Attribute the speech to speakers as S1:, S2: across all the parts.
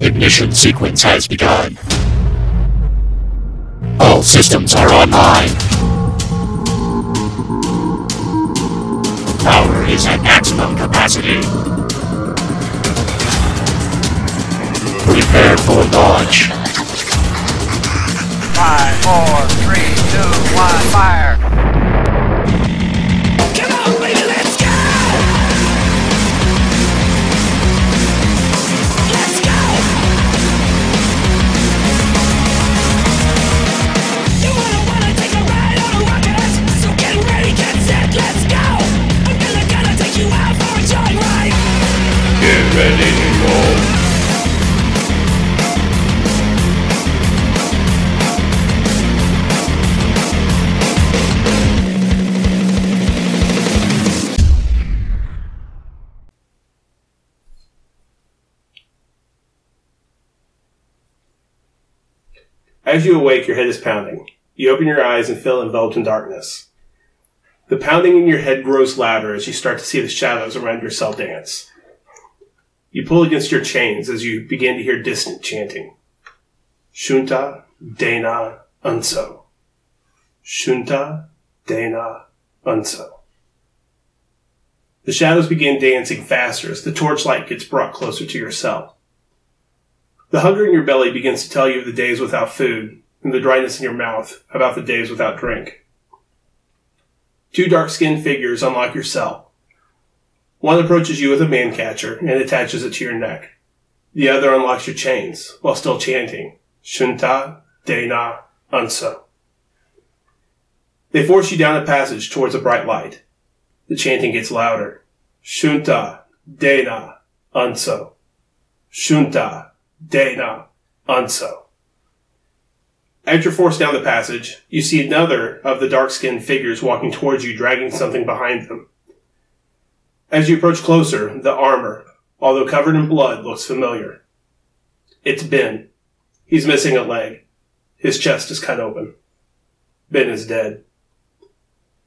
S1: ignition sequence has begun. All systems are online. Power is at maximum capacity. Prepare for launch.
S2: Five, four, three, two, one, fire!
S3: Come on, baby, let's go! Let's go! You wanna wanna take a ride on a rocket? So get ready, get set, let's go! I'm gonna gonna take you out for a joyride.
S4: Get ready to roll.
S5: As you awake, your head is pounding. You open your eyes and feel enveloped in darkness. The pounding in your head grows louder as you start to see the shadows around your cell dance. You pull against your chains as you begin to hear distant chanting. Shunta, Dana, Unso. Shunta, Dana, Unso. The shadows begin dancing faster as the torchlight gets brought closer to your cell. The hunger in your belly begins to tell you of the days without food, and the dryness in your mouth about the days without drink. Two dark skinned figures unlock your cell. One approaches you with a man catcher and attaches it to your neck. The other unlocks your chains while still chanting, Shunta, Dena, Unso. They force you down a passage towards a bright light. The chanting gets louder. Shunta, Dena, Unso. Shunta, Dana, Unso. As you're forced down the passage, you see another of the dark skinned figures walking towards you, dragging something behind them. As you approach closer, the armor, although covered in blood, looks familiar. It's Ben. He's missing a leg. His chest is cut open. Ben is dead.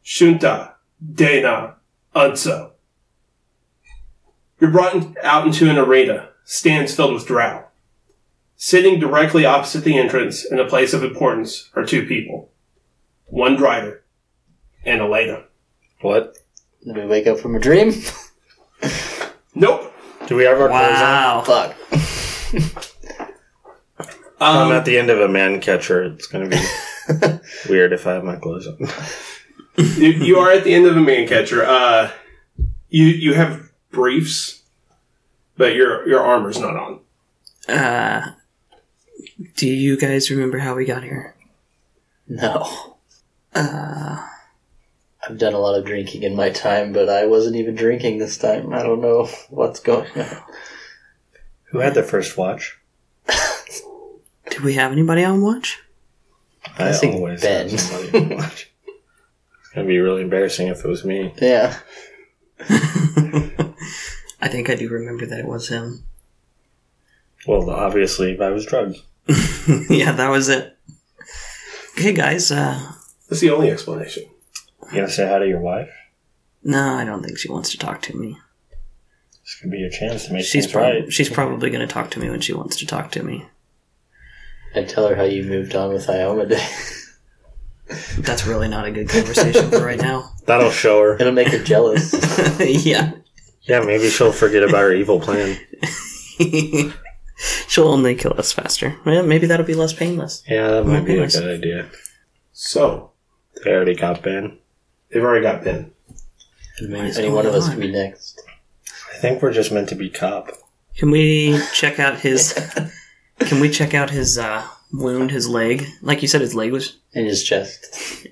S5: Shunta, Dana, Unso. You're brought in- out into an arena, stands filled with drow. Sitting directly opposite the entrance in a place of importance are two people. One Drider and Elena.
S6: What?
S7: Did we wake up from a dream?
S5: Nope.
S6: Do we have our clothes on?
S8: Wow.
S7: Fuck.
S6: I'm
S5: Um,
S6: at the end of a man catcher. It's gonna be weird if I have my clothes on.
S5: you, you are at the end of a man catcher. Uh, you you have briefs, but your your armor's not on.
S8: Uh, do you guys remember how we got here?
S7: No. Uh, I've done a lot of drinking in my time, but I wasn't even drinking this time. I don't know what's going on.
S6: Who had the first watch?
S8: Did we have anybody on watch?
S6: I,
S7: think
S6: always
S7: Ben.
S6: have somebody on watch. It's gonna be really embarrassing if it was me.
S7: Yeah.
S8: I think I do remember that it was him.
S6: Well, obviously, if I was drugged.
S8: yeah, that was it. Okay, guys. Uh,
S5: That's the only explanation.
S6: You gonna say hi to your wife?
S8: no, I don't think she wants to talk to me.
S6: This could be your chance to make
S8: She's
S6: things
S8: prob-
S6: right.
S8: she's probably going to talk to me when she wants to talk to me.
S7: And tell her how you moved on with Ioma Day.
S8: That's really not a good conversation for right now.
S6: That'll show her.
S7: It'll make her jealous.
S8: yeah.
S6: Yeah, maybe she'll forget about her evil plan.
S8: She'll only kill us faster. Well, maybe that'll be less painless.
S6: Yeah, that
S8: my
S6: might be a
S8: goodness.
S6: good idea.
S5: So
S6: They already got Ben.
S5: they've already got Ben.
S8: is
S7: Any one of
S8: going
S7: us
S8: on?
S7: could be next.
S6: I think we're just meant to be cop.
S8: Can we check out his? can we check out his uh, wound? His leg? Like you said, his leg was.
S7: In his chest.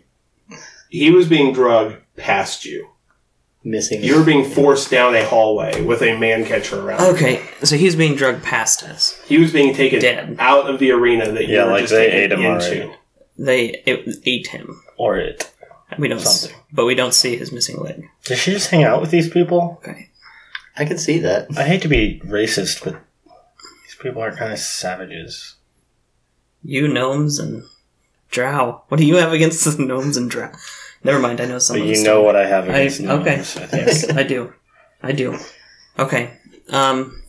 S5: He was being drugged past you.
S7: Missing.
S5: You were being forced down a hallway with a man catcher around.
S8: Okay, so he was being drugged past us.
S5: He was being taken
S8: Dead.
S5: out of the arena that you
S6: Yeah,
S5: were
S6: like
S5: just
S6: they
S5: taken
S6: ate him
S5: into.
S6: already.
S8: They it ate him.
S6: Or it.
S8: We don't, s-
S6: Something.
S8: but we don't see his missing leg.
S6: Does she just hang out with these people?
S8: Okay,
S7: I can see that.
S6: I hate to be racist, but these people are kind of savages.
S8: you gnomes and drow. What do you have against the gnomes and drow? Never mind. I know
S6: But
S8: someone.
S6: you know what I have
S8: I,
S6: against
S8: okay.
S6: gnomes, I think.
S8: Yes, I do. I do. Okay. Um,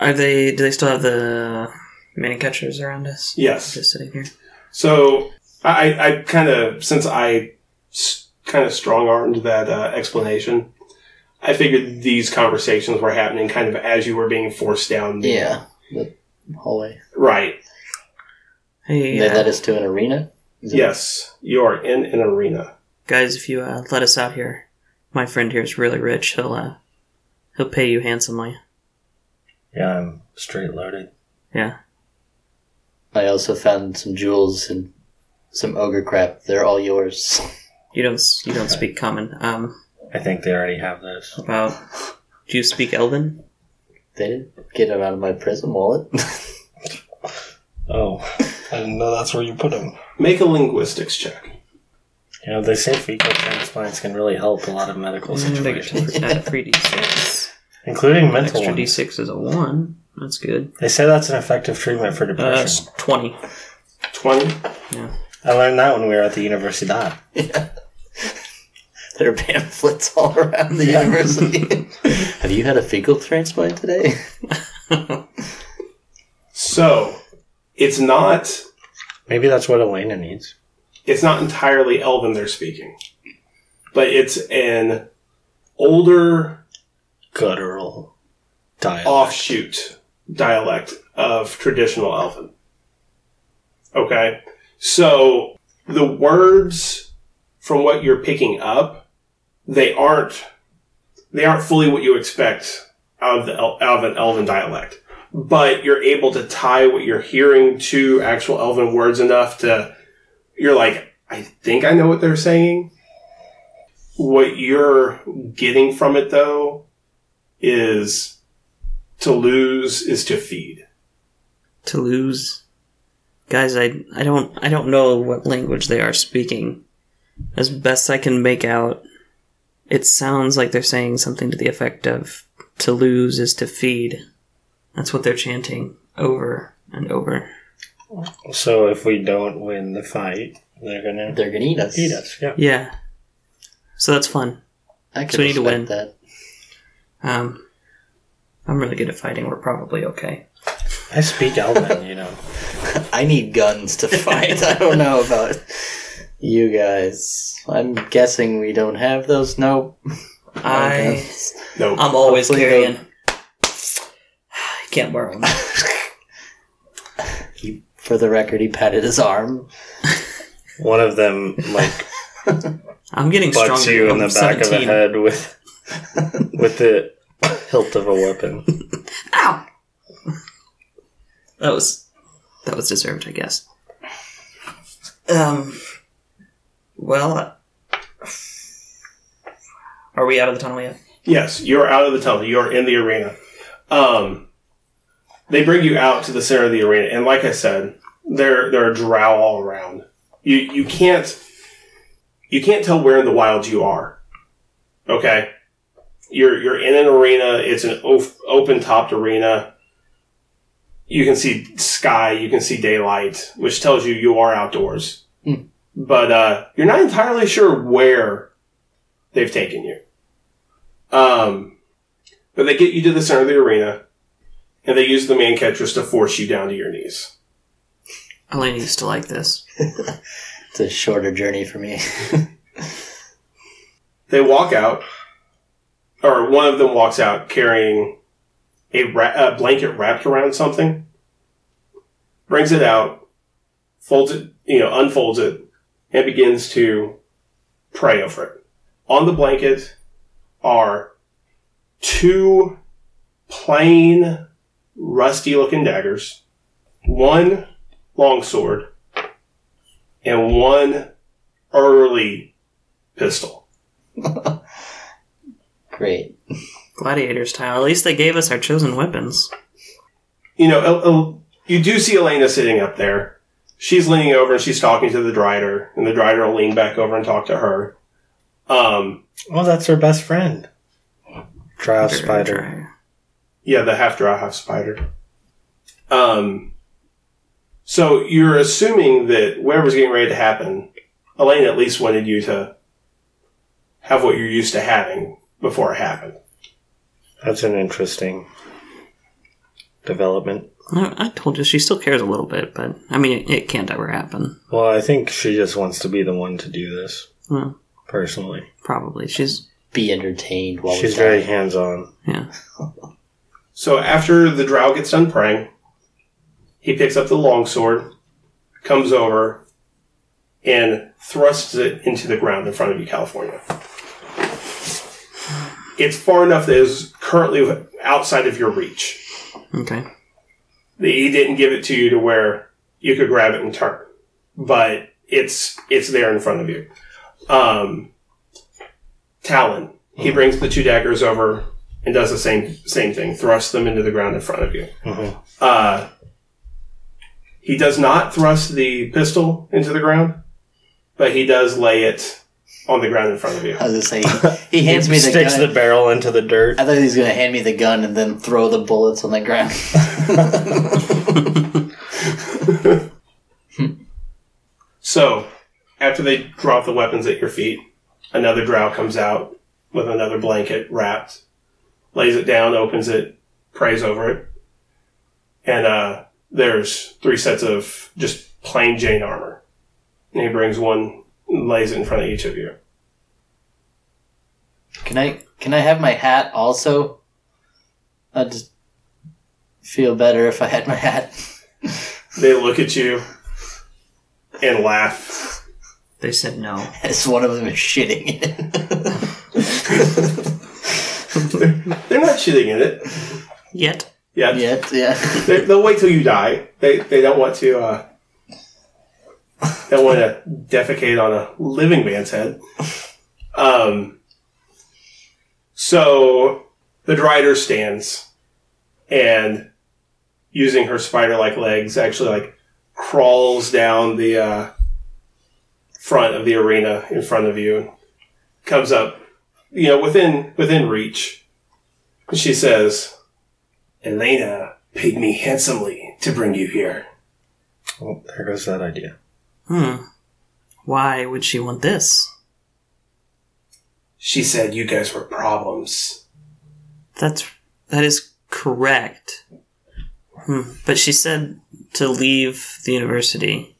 S8: Are they? Do they still have the mini catchers around us?
S5: Yes.
S8: Just sitting here.
S5: So I, I- I kind of since I kind of strong armed that uh, explanation, I figured these conversations were happening kind of as you were being forced down. the-
S7: Yeah, the hallway.
S5: Right.
S8: Hey,
S7: That-
S8: uh,
S7: that is to an arena. Is it-
S5: Yes, you are in an arena.
S8: guys, if you uh, let us out here, my friend here is really rich. He'll uh, he'll pay you handsomely.
S6: Yeah, I'm straight loaded.
S8: Yeah.
S7: I also found some jewels and some ogre crap. They're all yours.
S8: You don't s- you don't speak common. Um,
S6: I think they already have those.
S8: about do you speak Elven?
S7: They didn't get them out of my prison wallet.
S6: Oh, I didn't know that's where you put them.
S5: Make a linguistics check.
S6: You know, they say fecal transplants can really help a lot of medical situations,
S8: Mm, Three d six.
S6: including mental
S8: Extra d
S6: ones.
S8: six is a one. That's good.
S6: They say that's an effective treatment for
S8: Uh,
S6: depression.
S8: that's twenty.
S5: Twenty.
S6: I learned that when we were at the universidad.
S7: there are pamphlets all around the university. Have you had a fecal transplant today?
S5: So it's not
S6: Maybe that's what Elena needs.
S5: it's not entirely Elven they're speaking, but it's an older
S6: Guttural dialect.
S5: offshoot dialect of traditional Elven. Okay, so the words from what you're picking up, they aren't they aren't fully what you expect out of the El- out of an Elven dialect, but you're able to tie what you're hearing to actual Elven words enough to you're like, I think I know what they're saying. What you're getting from it though is to lose is to feed.
S8: to lose. Guys, I I don't I don't know what language they are speaking. As best I can make out, it sounds like they're saying something to the effect of to lose is to feed. That's what they're chanting over and over.
S6: So if we don't win the fight, they're gonna
S7: They're gonna eat us.
S6: eat us. Yeah.
S8: Yeah. So that's fun.
S7: I can
S8: So we need to
S7: respect
S8: win.
S7: that.
S8: Um I'm really good at fighting. We're probably okay.
S6: I speak Elven, you know.
S7: I need guns to fight. I don't know about you guys. I'm guessing we don't have those. Nope.
S8: I
S5: No,
S8: I'm always
S7: Hopefully
S8: carrying. I can't borrow 'em.
S7: For the record, he patted his arm.
S6: One of them like
S8: I'm getting
S6: butts
S8: stronger.
S6: you in
S8: I'm
S6: the back of the
S8: 17.
S6: head with with the hilt of a weapon.
S8: Ow! That was that was deserved, I guess. Um. Well, are we out of the tunnel yet?
S5: yes, you're out of the tunnel. You're in the arena. Um, they bring you out to the center of the arena, and like I said, there there are drow all around. You you can't you can't tell where in the wild you are. Okay, you're you're in an arena. It's an open topped arena. You can see sky. You can see daylight, which tells you you are outdoors. But uh, you're not entirely sure where they've taken you. Um, but they get you to the center of the arena, and they use the man catchers to force you down to your knees.
S8: Elena used to like this.
S7: It's a shorter journey for me.
S5: They walk out, or one of them walks out carrying a, ra- a blanket wrapped around something, brings it out, folds it, you know, unfolds it, and begins to pray over it. On the blanket are two plain, rusty looking daggers, one longsword, and one early pistol.
S7: Great.
S8: Gladiator style. At least they gave us our chosen weapons.
S5: you know, El- El- you do see Elena sitting up there. She's leaning over and she's talking to the drider, and the drider will lean back over and talk to her. Um,
S6: Oh, that's her best friend. Drow
S8: Very
S6: spider.
S8: dry.
S5: yeah, the half dry, half spider. Um, so you're assuming that whatever's getting ready to happen, Elena at least wanted you to have what you're used to having before it happened.
S6: That's an interesting development.
S8: I, I told you she still cares a little bit, but I mean, it, it can't ever happen.
S6: Well, I think she just wants to be the one to do this.
S8: Well,
S6: Personally,
S8: probably. She's
S7: Be entertained while
S6: she's
S7: we
S6: very
S7: die.
S6: hands-on.
S8: yeah.
S5: So after the drow gets done praying, he picks up the longsword, comes over, and thrusts it into the ground in front of you, California. It's far enough that it is currently outside of your reach.
S8: Okay.
S5: That He didn't give it to you to where you could grab it and turn, but it's it's there in front of you. Um, Talon. He brings the two daggers over and does the same same thing. Thrusts them into the ground in front of you.
S6: Mhm.
S5: Uh, he does not thrust the pistol into the ground, but he does lay it on the ground in front of you.
S7: I was gonna say he, he hands me the
S6: Sticks
S7: gun.
S6: the barrel into the dirt.
S7: I thought he was gonna hand me the gun and then throw the bullets on the ground.
S5: So, after they drop the weapons at your feet, another drow comes out with another blanket wrapped, lays it down, opens it, prays over it, and uh, there's three sets of just plain Jane armor. And he brings one, lays it in front of each of you.
S7: Can I can I have my hat also? I'd just feel better if I had my hat.
S5: They look at you and laugh.
S8: They said no.
S7: As one of them is shitting in it.
S5: They're not shitting in it.
S8: Yet.
S5: Yeah,
S7: Yet, yeah.
S5: They, they'll wait till you die. They they don't want to. Uh, they want to defecate on a living man's head. Um. So the drider stands, and using her spider-like legs, actually like crawls down the uh, front of the arena in front of you, and comes up, you know, within within reach. And she says. Elena paid me handsomely to bring you here.
S6: Oh, there goes that idea.
S8: Hmm. Why would she want this?
S5: She said you guys were problems.
S8: That's that is correct. Hmm. But she said to leave the university,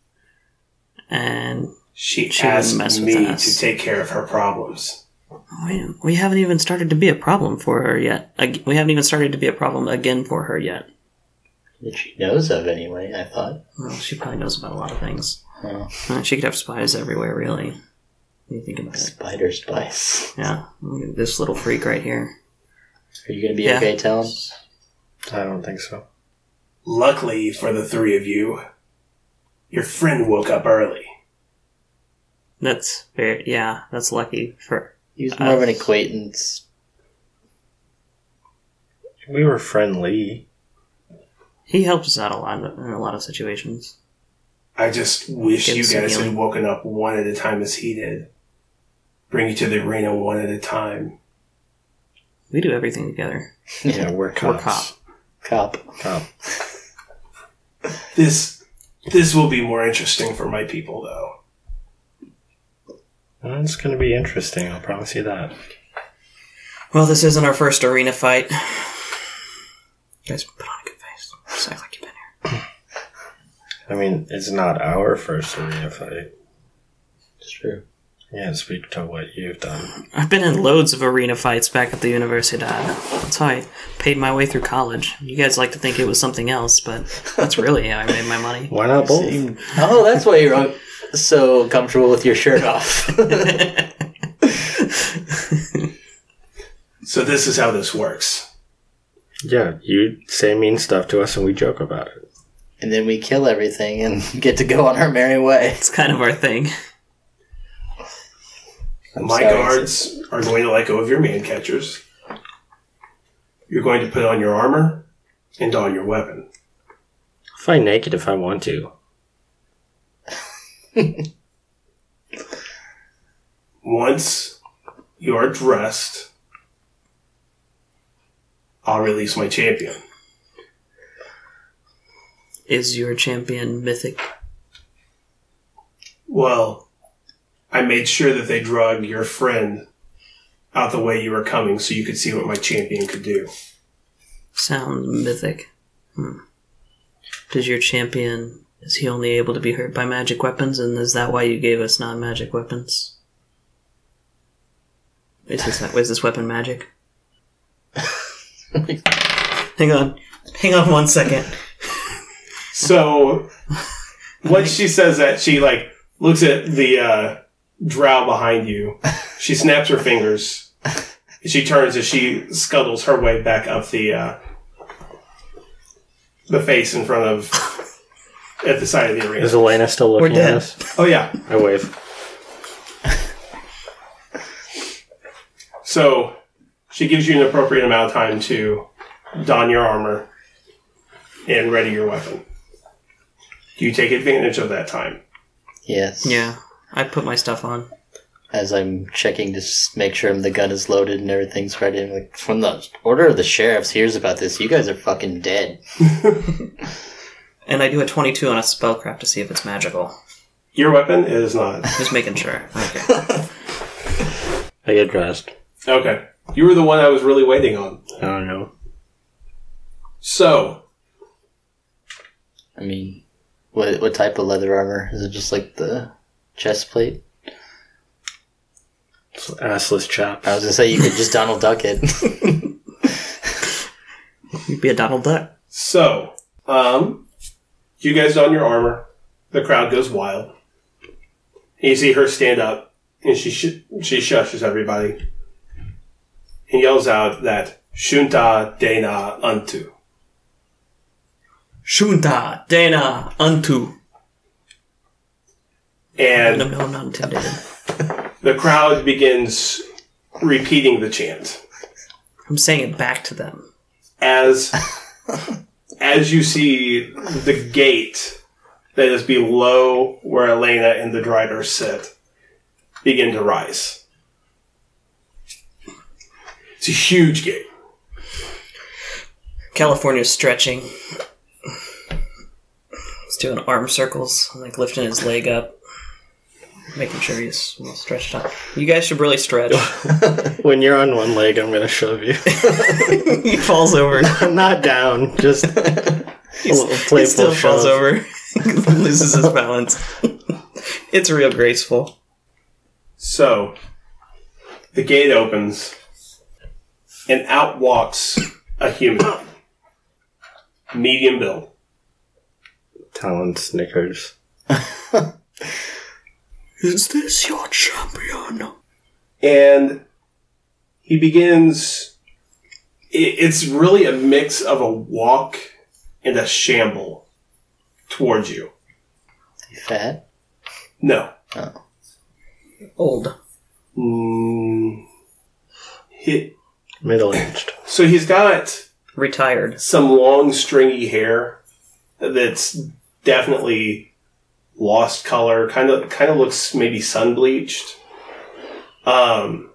S8: and
S5: She,
S8: She wouldn't
S5: asked
S8: mess with
S5: me
S8: us.
S5: to take care of her problems.
S8: we, we haven't even started to be a problem for her yet. Ag- We haven't even started to be a problem again for her yet.
S7: that she knows of anyway, I thought.
S8: Well, she probably knows about a lot of things.
S7: Oh,
S8: Uh, She could have spies everywhere, really. When you think about it.
S7: spider spice.
S8: Yeah, Look at this little freak right here.
S7: Are you gonna be
S8: Yeah.
S7: okay, Talon?
S6: I don't think so.
S5: Luckily for the three of you, your friend woke up early.
S8: That's very yeah. That's lucky for
S7: He was more of an acquaintance.
S6: We were friendly.
S8: he helps us out a lot in a lot of situations.
S5: I just wish
S8: Get
S5: you
S8: some
S5: guys
S8: healing.
S5: had woken up one at a time as he did. Bring you to the arena one at a time.
S8: We do everything together.
S6: Yeah, we're cops.
S8: We're cop.
S7: Cop.
S6: Cop.
S5: This this will be more interesting for my people though.
S6: Well, it's going to be interesting. I'll promise you that.
S8: Well, this isn't our first arena fight. You guys, put on a good face. Just act like you've been here.
S6: I mean, it's not our first arena fight.
S7: It's true.
S6: Yeah, speak to what you've done.
S8: I've been in loads of arena fights back at the Universidad. That's how I paid my way through college. You guys like to think it was something else, but that's really how I made my money.
S6: Why not both?
S7: Oh, that's why you're all so comfortable with your shirt off.
S5: So this is how this works.
S6: Yeah, you say mean stuff to us and we joke about it.
S7: and then we kill everything and get to go on our merry way.
S8: It's kind of our thing.
S7: I'm
S5: My
S7: sorry.
S5: guards are going to let go of your man catchers. You're going to put on your armor and don your weapon.
S6: Fight naked if I want to.
S5: Once you are dressed, I'll release my champion.
S8: Is your champion mythic?
S5: Well, I made sure that they drug your friend out the way you were coming so you could see what my champion could do.
S8: Sounds mythic. Hmm. Does your champion is he only able to be hurt by magic weapons, and is that why you gave us non-magic weapons? Is this is this weapon magic? Hang on, hang on one second.
S5: So once she says that, she like looks at the uh, drow behind you. She snaps her fingers. She turns and she scuttles her way back up the uh, the face in front of at the side of the
S6: Is
S5: arena.
S6: Elena still looking
S7: dead.
S6: at us?
S5: Oh yeah.
S6: I wave.
S5: So she gives you an appropriate amount of time to don your armor and ready your weapon. Do you take advantage of that time?
S7: Yes.
S8: Yeah, I put my stuff on.
S7: As I'm checking to s- make sure the gun is loaded and everything's ready, I'm like, when the order of the sheriffs hears about this, you guys are fucking dead.
S8: And I do a 22 on a spellcraft to see if it's magical.
S5: Your weapon is not.
S8: Just making sure. Okay.
S6: I get dressed.
S5: Okay. You were the one I was really waiting on.
S6: I don't know.
S5: So,
S7: I mean, what what type of leather armor is it? Just like the chest plate?
S6: It's assless chops.
S7: I was gonna say you could just Donald Duck it.
S8: You'd be a Donald Duck.
S5: so, um, you guys don your armor. The crowd goes wild. And you see her stand up, and she sh- she shushes everybody, and yells out that "Shunta Dena Untu."
S8: Shunta Dana Untu.
S5: And
S8: No, no, I'm not intimidated.
S5: The crowd begins repeating the chant
S8: I'm saying it back to them.
S5: as as you see the gate that is below where Elena and the Drider sit begin to rise. It's a huge gate.
S8: California's stretching. He's doing arm circles, like lifting his leg up, making sure he's well stretched out. You guys should really stretch.
S6: When you're on one leg, I'm gonna shove you.
S8: he falls over.
S6: I'm not down. Just a little playful
S8: He still falls
S6: shove.
S8: over. loses his balance. it's real graceful.
S5: So the gate opens and out walks a human. Medium build.
S6: Talon snickers.
S8: Is this your champion?
S5: and he begins it, it's really a mix of a walk and a shamble towards you
S7: Fat?
S5: no
S8: Old.
S5: mm, he,
S6: Middle aged.
S5: so he's got
S8: Retired.
S5: some long stringy hair that's definitely lost color kind of kind of looks maybe sun bleached um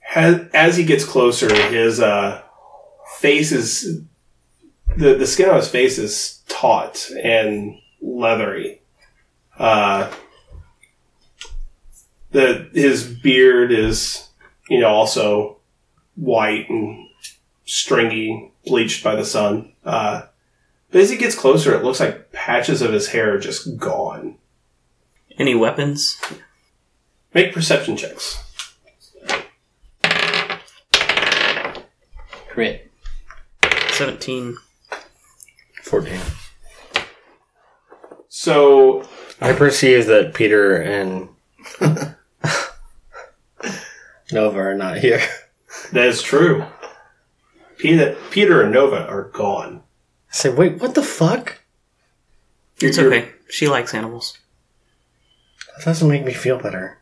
S5: has, as he gets closer his uh face is the the skin on his face is taut and leathery uh the his beard is you know also white and stringy, bleached by the sun. Uh, but as he gets closer, it looks like patches of his hair are just gone.
S8: Any weapons?
S5: Make perception checks.
S7: Crit.
S8: 17.
S6: 14.
S5: So
S6: I perceive that Peter and Nova are not here.
S5: that is true. Peter, Peter and Nova are gone.
S6: I say, wait, what the fuck?
S8: It's
S5: you're-
S8: okay. She likes animals.
S6: That doesn't make me feel better.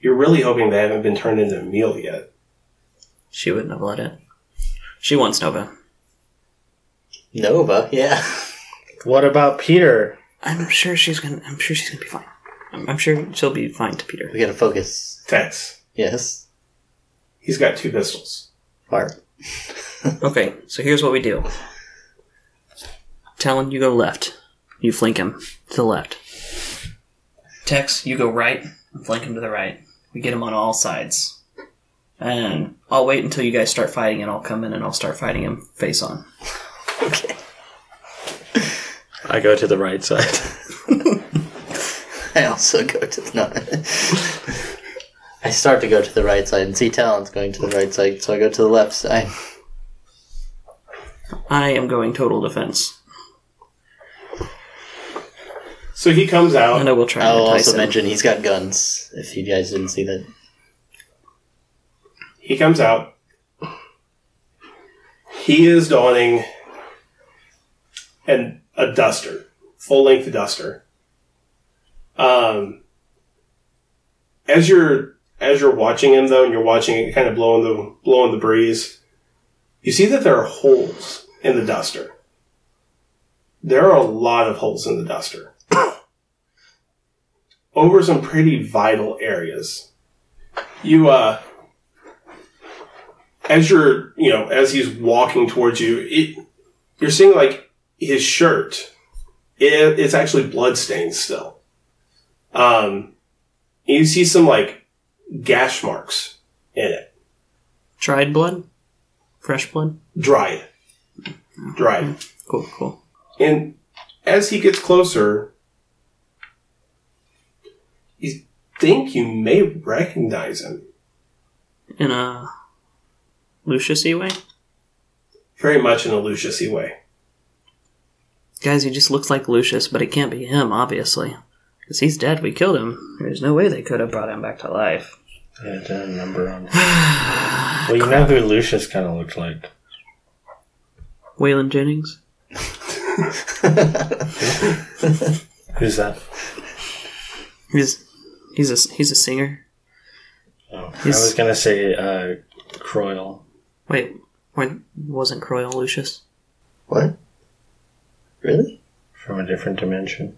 S5: You're really hoping they haven't been turned into a meal yet.
S8: She wouldn't have let it. She wants Nova.
S7: Nova, yeah.
S6: What about Peter?
S8: I'm sure she's gonna. I'm sure she's gonna be fine. I'm, I'm sure she'll be fine to Peter.
S7: We gotta focus.
S5: Tex,
S7: Yes.
S5: he's got two pistols.
S7: Fart.
S8: Okay, so here's what we do. Talon, you go left. You flank him to the left. Tex, you go right and flank him to the right. We get him on all sides. And I'll wait until you guys start fighting, and I'll come in and I'll start fighting him face on.
S7: Okay.
S6: I go to the right side.
S7: I also go to the. No. I start to go to the right side and see Talon's going to the right side, so I go to the left side.
S8: I am going total defense,
S5: So he comes out.
S8: and I will try to
S7: I'll
S8: entice
S7: also
S8: him.
S7: mention he's got guns, if you guys didn't see that.
S5: He comes out. He is donning an a duster, full length duster. Um, as you're as you're watching him though, and you're watching it kind of blowing the blowing the breeze, you see that there are holes in the duster. There are a lot of holes in the duster. Over some pretty vital areas. You uh as you're you know as he's walking towards you it, you're seeing like his shirt it, it's actually bloodstained still um and you see some like gash marks in it
S8: Dried blood, fresh blood.
S5: dried dried
S8: Cool, cool.
S5: and as he gets closer you think you may recognize him
S8: In a Lucius way,
S5: very much in a lucius way
S8: guys, he just looks like Lucius, but it can't be him, obviously, because he's dead. We killed him. There's no way they could have brought him back to life.
S6: I had a number on. well, you know who Lucius kind of looked like.
S8: Waylon Jennings.
S6: Who's that?
S8: He's he's a he's a singer.
S6: Oh, I
S8: He's-
S6: was gonna say uh, Croyle.
S8: Wait, when wasn't Croyle Lucius?
S7: What? Really?
S6: From a different dimension.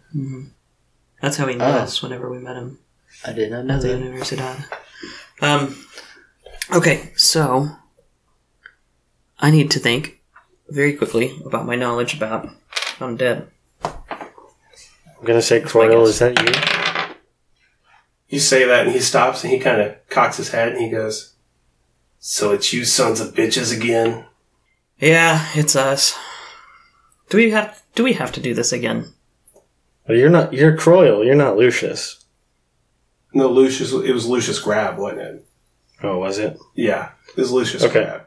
S8: That's how he knew
S7: Oh.
S8: us whenever we met him
S7: I did not know
S8: at the
S7: that.
S8: Universidad. Um, okay, so I need to think very quickly about my knowledge about undead.
S6: I'm gonna say Croyle.
S8: guess.
S6: Is that you?
S5: You say that, and he stops, and he kind of cocks his head, and he goes, "So it's you sons of bitches again."
S8: Yeah, it's us. Do we have do we have to do this again?
S6: Well, you're not. You're Croyle. You're not Lucius.
S5: No, Lucius. It was Lucius Grab, wasn't it?
S6: Oh, was it?
S5: Yeah, it was Lucius
S6: Okay.
S5: Grab.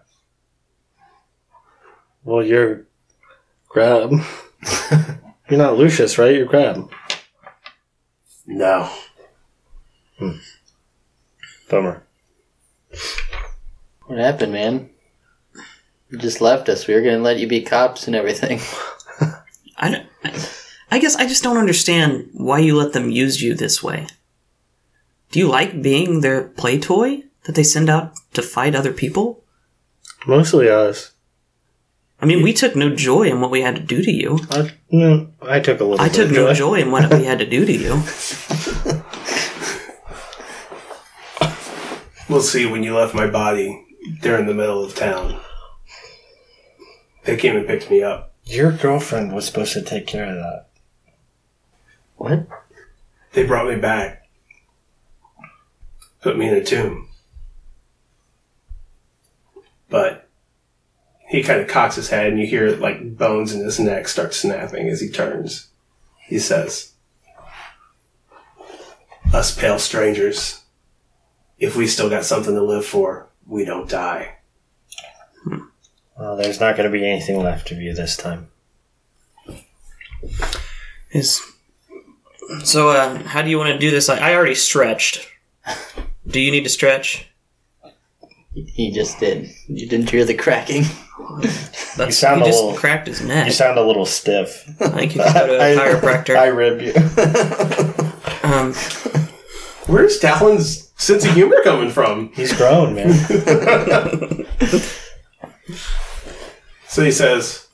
S6: Well, you're Grab. you're not Lucius, right? You're Grab.
S5: No,
S6: Bummer.
S7: What happened, man? You just left us. We were gonna let you be cops and everything.
S8: I don't. I, I guess I just don't understand why you let them use you this way. Do you like being their play toy that they send out to fight other people?
S6: Mostly us.
S8: I mean, we took no joy in what we had to do to you.
S6: I, no, I took a little.
S8: I
S6: bit
S8: took
S6: of
S8: no joy in what we had to do to you.
S5: we'll see when you left my body. They're in the middle of town. They came and picked me up.
S6: Your girlfriend was supposed to take care of that.
S7: What?
S5: They brought me back, put me in a tomb. But he kind of cocks his head, and you hear like bones in his neck start snapping as he turns. He says, Us pale strangers, if we still got something to live for, we don't die.
S6: Well, there's not going to be anything left of you this time.
S8: Is so. Uh, how do you want to do this? I, I already stretched. Do you need to stretch?
S7: He just did. You didn't hear the cracking.
S8: That's,
S6: sound
S8: he
S6: a
S8: just
S6: little-
S8: cracked his neck.
S6: You sound a little stiff.
S8: I think you can go to a chiropractor.
S6: I rib you.
S8: um,
S5: Where's Talon's sense of humor coming from?
S6: He's grown, man.
S5: So he says,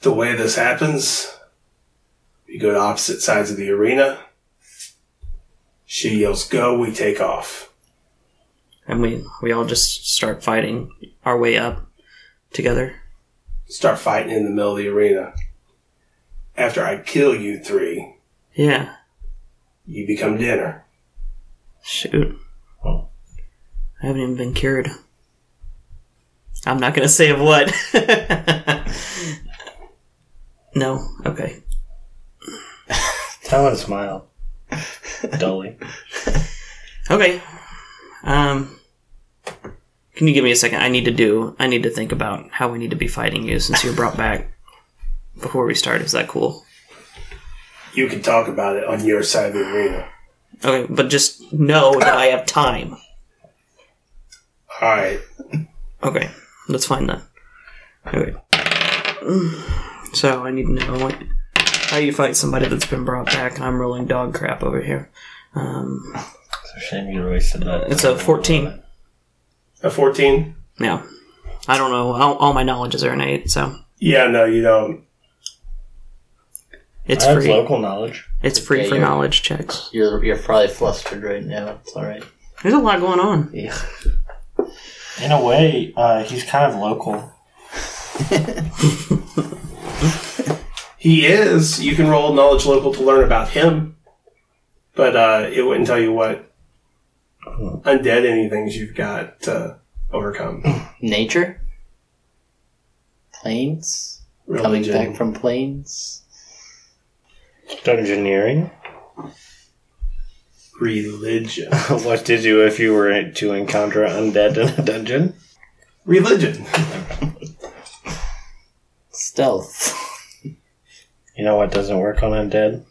S5: The way this happens, we go to opposite sides of the arena. She yells, Go, we take off.
S8: and we we all just start fighting our way up together.
S5: Start fighting in the middle of the arena. After I kill you three,
S8: Yeah.
S5: you become dinner.
S8: Shoot. I haven't even been cured. I'm not gonna say of what. No? Okay.
S6: Talon smiled. Dully.
S8: Okay. Um, can you give me a second? I need to do. I need to think about how we need to be fighting you since you're brought back before we start. Is that cool?
S5: You can talk about it on your side of the arena.
S8: Okay, but just know that I have time.
S5: All right.
S8: Okay, that's fine then. Okay. Mm, So I need to know what, how you fight somebody that's been brought back, and I'm rolling dog crap over here. Um,
S6: It's a shame you wasted that.
S8: it's a 14.
S5: A 14?
S8: Yeah. I don't know. All, all my knowledges are an 8, so
S5: Yeah, no, you don't.
S8: it's
S6: I have
S8: free.
S6: local knowledge.
S8: It's free
S7: Yeah,
S8: for
S7: you're-
S8: knowledge checks.
S7: You're you're probably flustered right now. It's all right.
S8: There's a lot going on.
S7: Yeah.
S6: In a way, uh, he's kind of local.
S5: He is. You can roll knowledge local to learn about him, but uh, it wouldn't tell you what undead anythings you've got to overcome.
S7: Nature. Planes. Coming
S5: Religion.
S7: back from planes.
S6: Dungeoneering.
S5: Religion.
S6: what did you if you were to encounter undead in a dungeon?
S5: Religion.
S7: Stealth.
S6: You know what doesn't work on undead?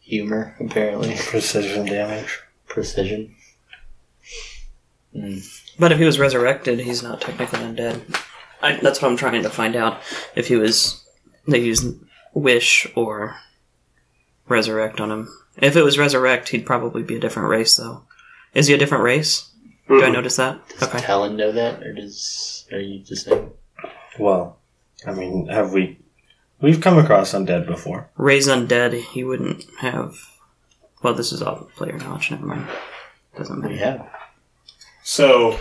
S7: Humor, apparently.
S6: Precision damage.
S7: Precision.
S8: But if he was resurrected, he's not technically undead. I, that's what I'm trying to find out. If he was, they use wish or resurrect on him. If it was resurrect, he'd probably be a different race, though. Is he a different race? Do I notice that? Okay.
S7: Talon know that, or does are you just saying?
S6: Well, I mean, have we? We've come across undead before.
S8: Raise undead, he wouldn't have. Well, this is all player knowledge. Never mind. Doesn't matter.
S7: Yeah.
S5: So,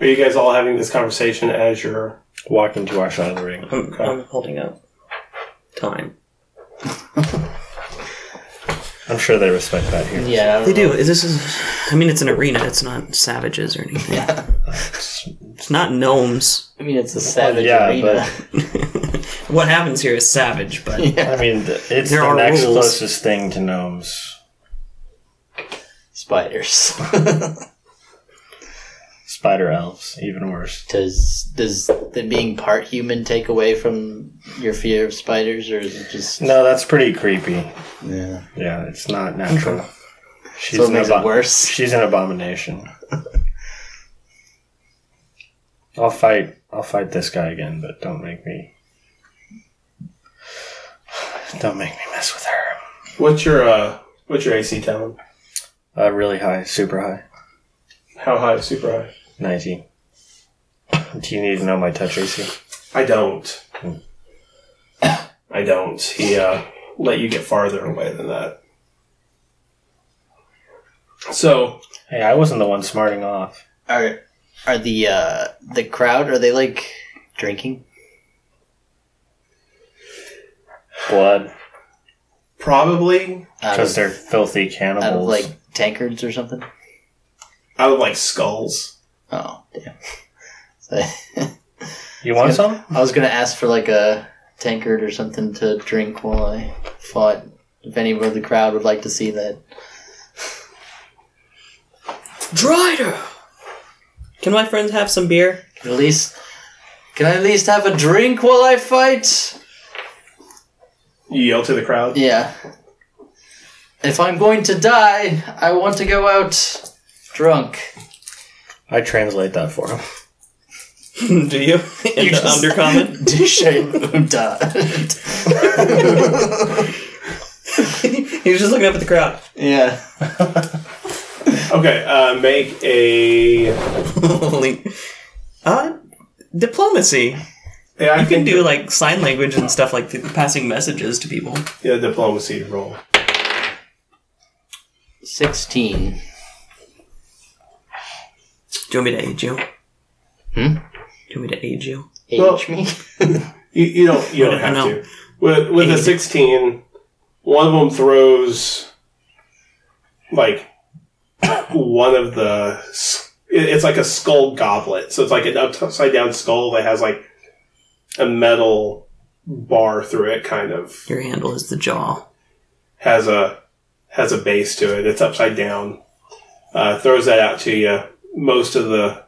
S5: are you guys all having this conversation as you're.
S6: Walking to our side of the ring.
S8: I'm, I'm holding up time.
S6: I'm sure they respect that here.
S7: Yeah. I don't
S8: They
S7: know.
S8: do. This is. I mean, it's an arena. It's not savages or anything. It's not gnomes.
S7: I mean, it's a savage
S6: yeah,
S7: arena.
S8: What happens here is savage, but
S6: I mean, th- it's
S8: There
S6: the
S8: are
S6: next
S8: rules.
S6: closest thing to gnomes.
S7: Spiders.
S6: Spider elves, even worse.
S7: does does the being part human take away from your fear of spiders, or is it just
S6: No, that's pretty creepy.
S7: yeah?
S6: Yeah, it's not natural. She's
S7: So it
S6: an
S7: makes
S6: abo-
S7: it worse.
S6: She's an abomination. I'll fight. I'll fight this guy again, but don't make me. Don't make me mess with her.
S5: What's your, uh, what's your AC talent?
S6: Uh, really high, super high,
S5: How high? Super high.
S6: ninety. Do you need to know my touch AC?
S5: I don't. I don't. He uh, let you get farther away than that. So
S6: Hey, I wasn't the one smarting off.
S7: Are are the uh, the crowd? Are they like drinking?
S6: Blood,
S5: probably
S7: Out
S6: because
S7: of,
S6: they're filthy
S7: out of
S6: cannibals.
S7: like tankards or something?
S5: out of like skulls.
S7: Oh damn! So,
S6: you want some?
S7: I was gonna ask for like a tankard or something to drink while I fought. If any of the crowd would like to see that,
S8: Drider. Can my friends have some beer?
S7: at least can I at least have a drink while I fight?
S5: You yell to the crowd.
S7: Yeah. If I'm going to die, I want to go out drunk.
S6: I translate that for him.
S8: Do you? In the
S7: just-
S8: undercommon.
S7: Dishamed.
S8: He was just looking up at the crowd.
S7: yeah.
S5: Okay, uh, make a.
S8: Holy. Uh, diplomacy.
S5: Yeah, I
S8: You can
S5: think
S8: do like sign language and stuff like th- passing messages to people.
S5: yeah, diplomacy roll.
S7: 16.
S8: Do you want me to aid you?
S7: Hmm?
S8: Do you want me to aid you?
S7: Age
S5: Well-
S7: me?
S5: You, you don't. You don't have
S8: No.
S5: to. With with a
S8: Eight.
S5: sixteen, one of them throws like one of the. s- it- It's like a skull goblet, so it's like an upside down skull that has like a metal bar through it kind of
S8: Your handle is the jaw.
S5: has a has a base to it. It's upside down. Uh, throws that out to you. Most of the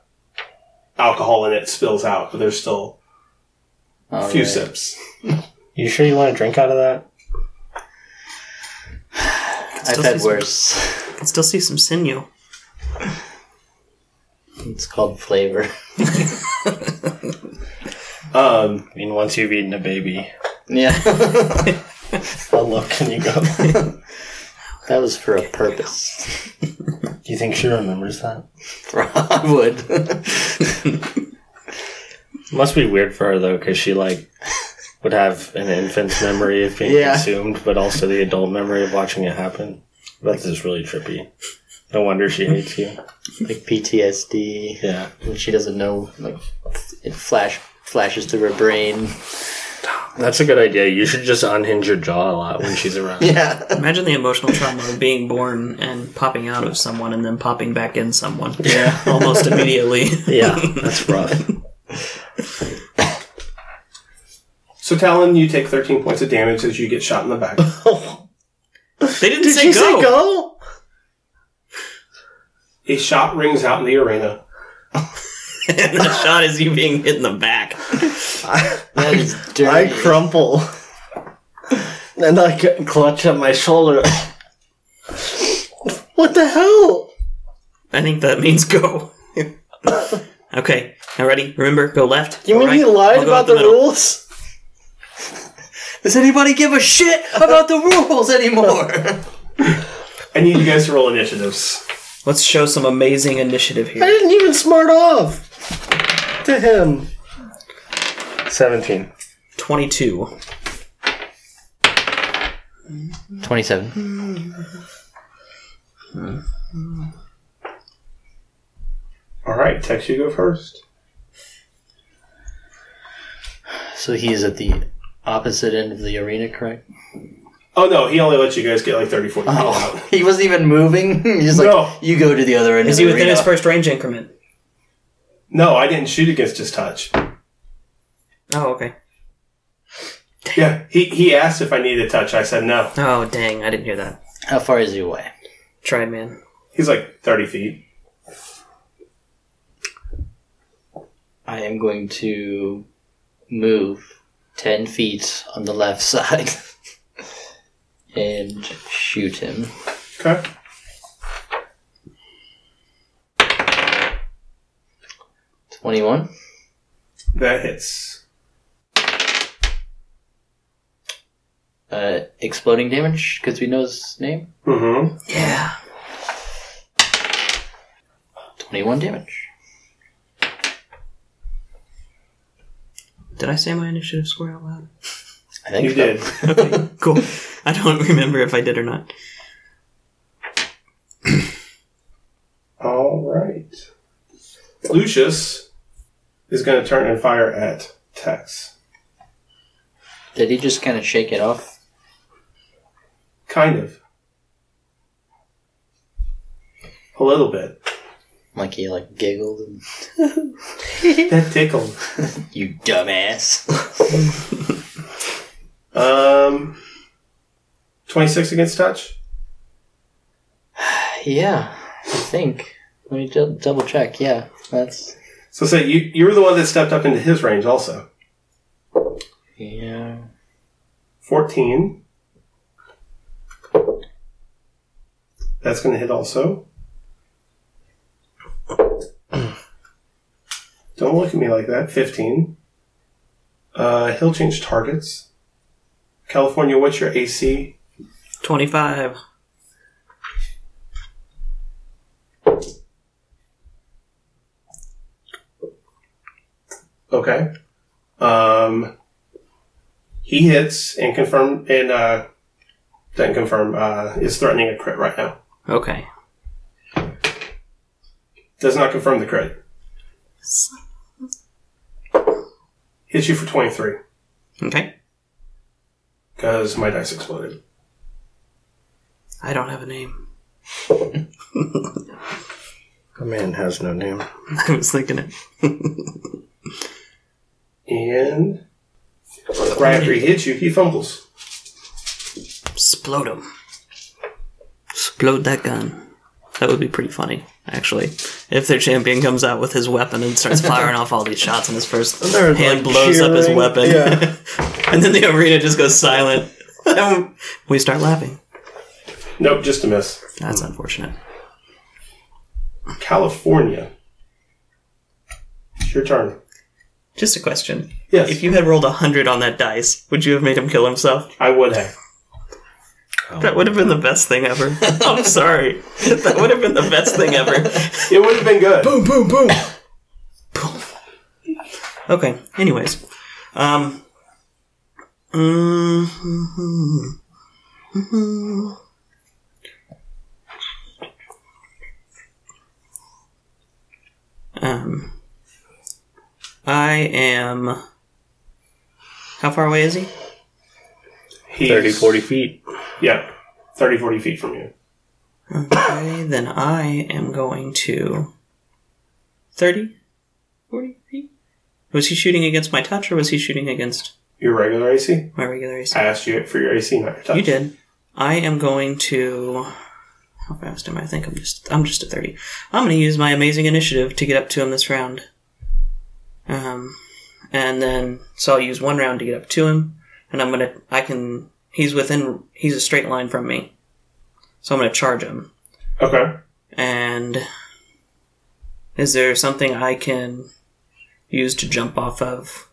S5: alcohol in it spills out, but there's still a few
S7: Alright.
S5: sips.
S6: You sure you want to drink out of that?
S7: I've
S8: Still
S7: had
S8: sees-
S7: worse.
S8: I can still see some sinew.
S7: It's called flavor.
S5: Um,
S6: I mean, once you've eaten a baby,
S7: Yeah.
S6: how low can you go? Do
S7: that was for a purpose.
S6: you think she remembers that?
S7: I would.
S6: Must be weird for her though, because she like would have an infant's memory of being
S7: Yeah.
S6: consumed, but also the adult memory of watching it happen. That's just really trippy. No wonder she hates you.
S7: like PTSD.
S6: Yeah.
S7: when she doesn't know like it flash flashes through her brain
S6: That's a good idea. You should just unhinge your jaw a lot when she's around.
S7: yeah
S8: Imagine the emotional trauma of being born and popping out of someone and then popping back in someone. Yeah. Almost immediately.
S6: Yeah, that's rough.
S5: so Talon, you take 13 points of damage as you get shot in the back.
S8: They didn't say, go.
S6: go?
S5: a shot rings out in the arena.
S8: And the shot is you being hit in the back.
S7: that is dirty
S6: I crumple. and I c- clutch at my shoulder. what the hell?
S8: I think that means go. okay. Now ready? Remember, go left.
S6: You
S8: go
S6: mean
S8: right.
S6: he lied
S8: I'll go out
S6: about the,
S8: middle.
S6: rules?
S7: does anybody give a shit about the rules anymore
S5: I need you guys to roll initiatives.
S8: Let's show some amazing initiative
S6: I
S8: here.
S6: didn't even smart off to him. 17.
S8: 22.
S7: 27
S5: All right, Tex, you go first.
S7: so he is at the opposite end of the arena correct
S5: Oh no, he only lets you guys get like 30, 40 feet out.
S7: oh he wasn't even moving he's like
S5: No.
S7: you go to the other end
S8: Is
S7: of
S8: he
S7: the
S8: within
S7: arena
S8: his first range increment?
S5: No, I didn't shoot against his touch.
S8: Oh, okay.
S5: Yeah, he, he asked if I needed a touch. I said no.
S8: Oh, dang. I didn't hear that.
S7: how far is he away
S8: Tried, man.
S5: He's like 30 feet.
S7: i am going to move 10 feet on the left side and shoot him
S5: Okay.
S7: Twenty-one.
S5: That hits.
S7: Uh, exploding damage because we know his name.
S5: Mm-hmm.
S8: Yeah.
S7: Twenty-one damage.
S8: Did I say my initiative score out loud?
S7: I think
S5: You
S7: so.
S5: did.
S8: Cool. I don't remember if I did or not.
S5: All right. Lucius is going to turn and fire at Tex.
S7: Did he just kind of shake it off?
S5: Kind of. A little bit.
S7: Like he like giggled and
S5: That tickled.
S7: you dumbass.
S5: Um, 26 against touch?
S7: yeah, I think. Let me dou- double check. Yeah, that's
S5: So say you, you were the one that stepped up into his range also.
S7: yeah.
S5: 14. That's going to hit also. Don't look at me like that. 15. Uh, he'll change targets. California, what's your AC?
S8: 25.
S5: Okay. Um, he hits and confirm and uh, doesn't confirm uh, is threatening a crit right now.
S8: Okay.
S5: Does not confirm the crit. Hits you for 23
S8: Okay.
S5: because my dice exploded.
S8: I don't have a name.
S6: A man has no name.
S8: I was thinking it.
S5: And right after he hits you, he fumbles.
S8: Explode him. Explode that gun. That would be pretty funny, actually. If their champion comes out with his weapon and starts firing off all these shots, and his first
S6: They're, like,
S8: hand blows up his
S6: cheering.
S8: weapon,
S6: Yeah.
S8: and then the arena just goes silent, And we start laughing.
S5: Nope, just a miss.
S8: That's unfortunate.
S5: California. It's your turn.
S8: Just a question:
S5: Yes,
S8: If you had rolled hundred on that dice, would you have made him kill himself?
S5: I would have.
S8: That would have been the best thing ever. I'm sorry. That would have been the best thing ever.
S5: It would have been good.
S6: boom, boom, boom.
S8: Okay. Anyways, um, mm-hmm. mm, um, I am. How far away is he?
S5: He's,
S6: 30, 40 feet.
S5: Yeah, 30, 40 feet from you.
S8: Okay, then I am going to 30, 40 feet. Was he shooting against my touch, or was he shooting against
S5: Your regular AC?
S8: my regular AC?
S5: I asked you for your AC, not your touch.
S8: You did. I am going to. How fast am I? I think I'm just. I'm just at thirty. I'm going to use my amazing initiative to get up to him this round. Um, and then so I'll use one round to get up to him, and I'm gonna. I can. He's within. He's a straight line from me, so I'm going to charge him.
S5: Okay.
S8: And is there something I can use to jump off of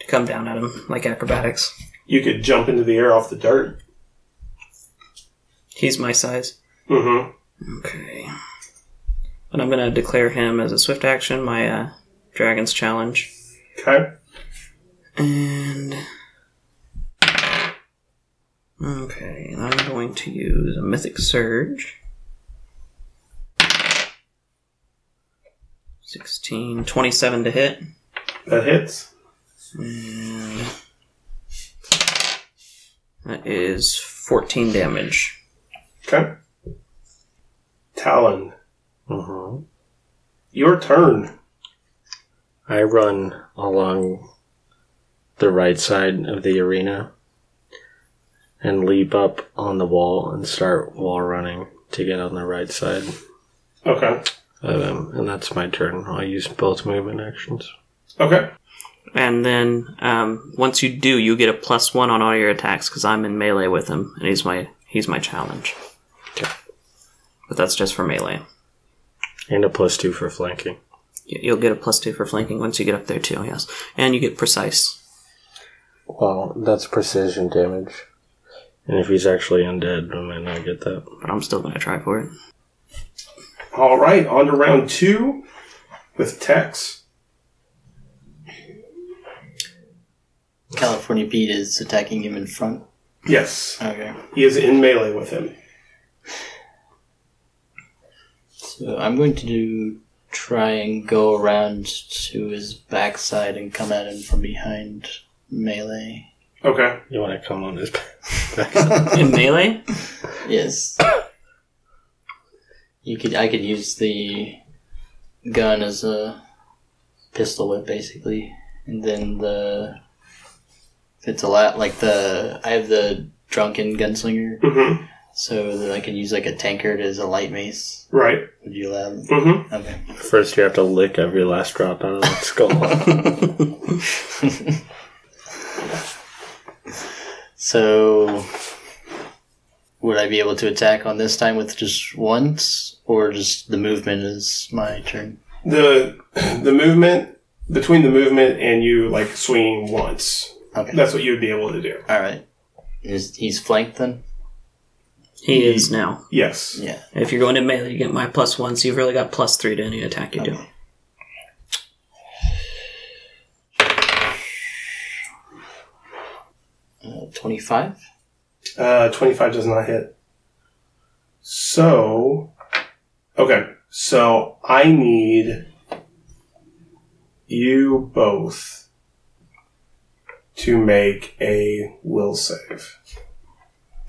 S8: to come down at him, like acrobatics?
S5: You could jump into the air off the dirt.
S8: He's my size.
S5: Mm-hmm.
S8: Okay. And I'm going to declare him as a swift action, my uh, Dragon's Challenge.
S5: Okay.
S8: And. Okay, and I'm going to use a Mythic Surge. 16, 27 to hit.
S5: That hits.
S8: That is 14 damage.
S5: Okay. Talon,
S6: Mhm.
S5: your turn.
S6: I run along the right side of the arena and leap up on the wall and start wall running to get on the right side
S5: Okay.
S6: of him. And that's my turn. I'll use both movement actions.
S5: Okay.
S8: And then um, once you do, you get a plus one on all your attacks because I'm in melee with him, and he's my he's my challenge.
S6: Okay.
S8: But that's just for melee.
S6: And a plus two for flanking.
S8: You- You'll get a plus two for flanking once you get up there too. Yes, and you get precise.
S6: Well, that's precision damage. And if he's actually undead, I might not get that.
S8: But I'm still going to try for it.
S5: All right. On to round two with Tex.
S7: California Pete is attacking him in front.
S5: Yes.
S7: Okay.
S5: He is in melee with him.
S7: So I'm going to do try and go around to his backside and come at him from behind melee.
S5: Okay.
S6: You want to come on his back?
S8: In melee,
S7: Yes. You could I could use the gun as a pistol whip basically. And then the if it's a lot like the I have the drunken gunslinger,
S5: Mm-hmm.
S7: so that I can use like a tankard as a light mace.
S5: Right.
S7: Would you allow that?
S5: Mm-hmm.
S7: Okay.
S6: First, you have to lick every last drop out of that skull.
S7: So, would I be able to attack on this time with just once, or just the movement is my turn?
S5: The the movement between the movement and you like swinging once.
S7: Okay.
S5: That's what you would be able to do.
S7: All right. Is he's flanked then?
S8: he is now.
S5: Yes.
S7: Yeah.
S8: If you're going in melee, you get my plus one, so you've really got plus three to any attack you do.
S7: Uh, Twenty-five.
S5: Uh, 25 does not hit. So, okay. So I need you both to make a will save.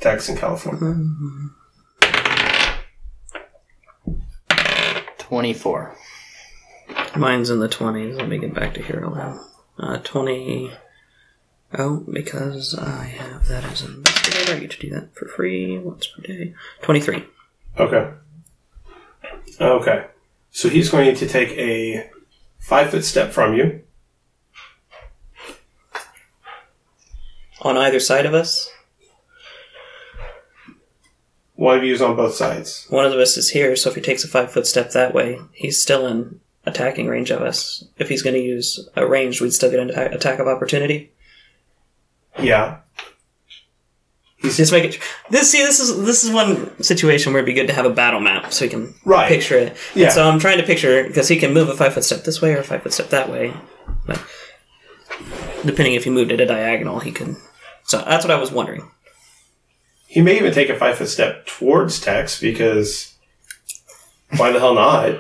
S5: Tax in California.
S7: Twenty-four.
S8: Mine's in the twenties. Let me get back to hero now. Uh, Twenty Oh, because I have that as an investigator, I get to do that for free once per day. 23.
S5: Okay. Okay. So he's going to take a five foot step from you.
S8: On either side of us?
S5: One of you is on both sides.
S8: One of us is here, so if he takes a five foot step that way, he's still in attacking range of us. If he's going to use a range, we'd still get an atta- attack of opportunity.
S5: Yeah.
S8: Just make it. This see, this is this is one situation where it'd be good to have a battle map so we can
S5: Right.
S8: picture it. And
S5: Yeah.
S8: so I'm trying to picture because he can move a five foot step this way or a five foot step that way, but depending if he moved at a diagonal, he could. So that's what I was wondering.
S5: He may even take a five foot step towards Tex because why the hell not?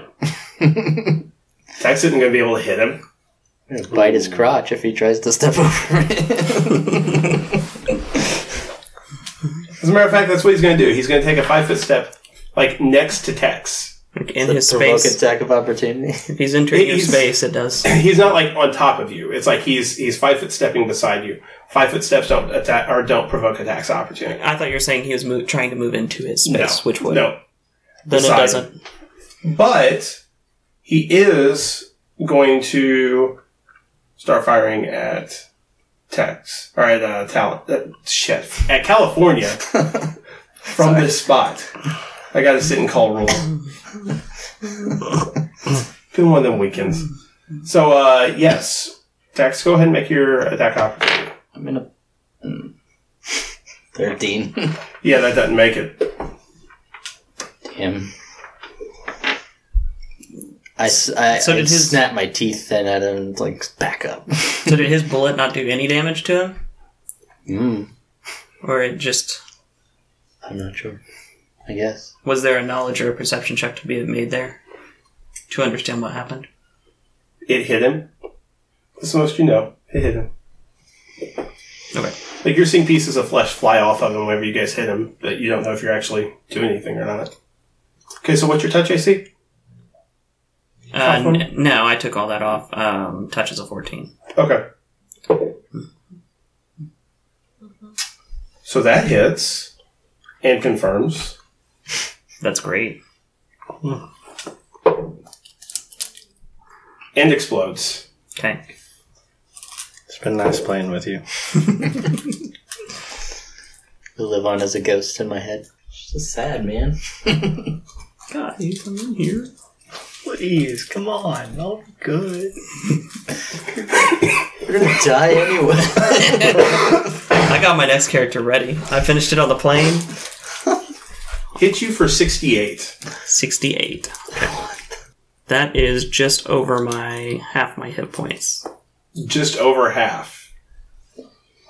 S5: Tex isn't going to be able to hit him.
S7: Bite his crotch if he tries to step over it.
S5: As a matter of fact, that's what he's going to do. He's going to take a five foot step like next to Tex.
S8: Like in
S7: The
S8: his
S7: provoke
S8: space,
S7: attack of opportunity.
S8: if he's entering your
S5: He's-
S8: space, it does.
S5: He's not like on top of you. It's like he's he's five foot stepping beside you. Five foot steps don't attack or don't provoke attacks of opportunity.
S8: I thought you were saying he was move, trying to move into his space, which would
S5: no.
S8: then it
S5: Beside.
S8: doesn't.
S5: But he is going to start firing at Tex. Or at uh, Talent. Uh, shit. At California. from this spot. I gotta sit and call roll. Been one of them weekends. So, uh, yes. Tex, go ahead and make your attack opportunity.
S7: I'm in a mm. thirteen.
S5: Yeah, that doesn't make it.
S7: Damn. I, s- I-
S8: So
S7: I
S8: did his-
S7: snap my teeth then at him like back up.
S8: So did his bullet not do any damage to him,
S7: mm,
S8: or it just
S7: I'm not sure. I guess
S8: was there a knowledge or a perception check to be made there to understand what happened?
S5: It hit him. That's the most you know. It hit him.
S8: Okay.
S5: Like you're seeing pieces of flesh fly off of him whenever you guys hit him, but you don't know if you're actually doing anything or not. Okay, so what's your touch AC?
S8: Uh,
S5: Awful.
S8: n- no, I took all that off. Um, touch is a 14.
S5: Okay. So that hits and confirms.
S8: That's great.
S5: And explodes.
S8: Okay.
S6: It's been nice playing with you.
S7: he'll live on as a ghost in my head. It's just sad, man.
S8: God, you come in here.
S6: Please, come on. Oh, good.
S7: We're gonna die anyway.
S8: I got my next character ready. I finished it on the plane.
S5: Hits you for 68.
S8: 68. That is just over my half my hit points.
S5: Just over half.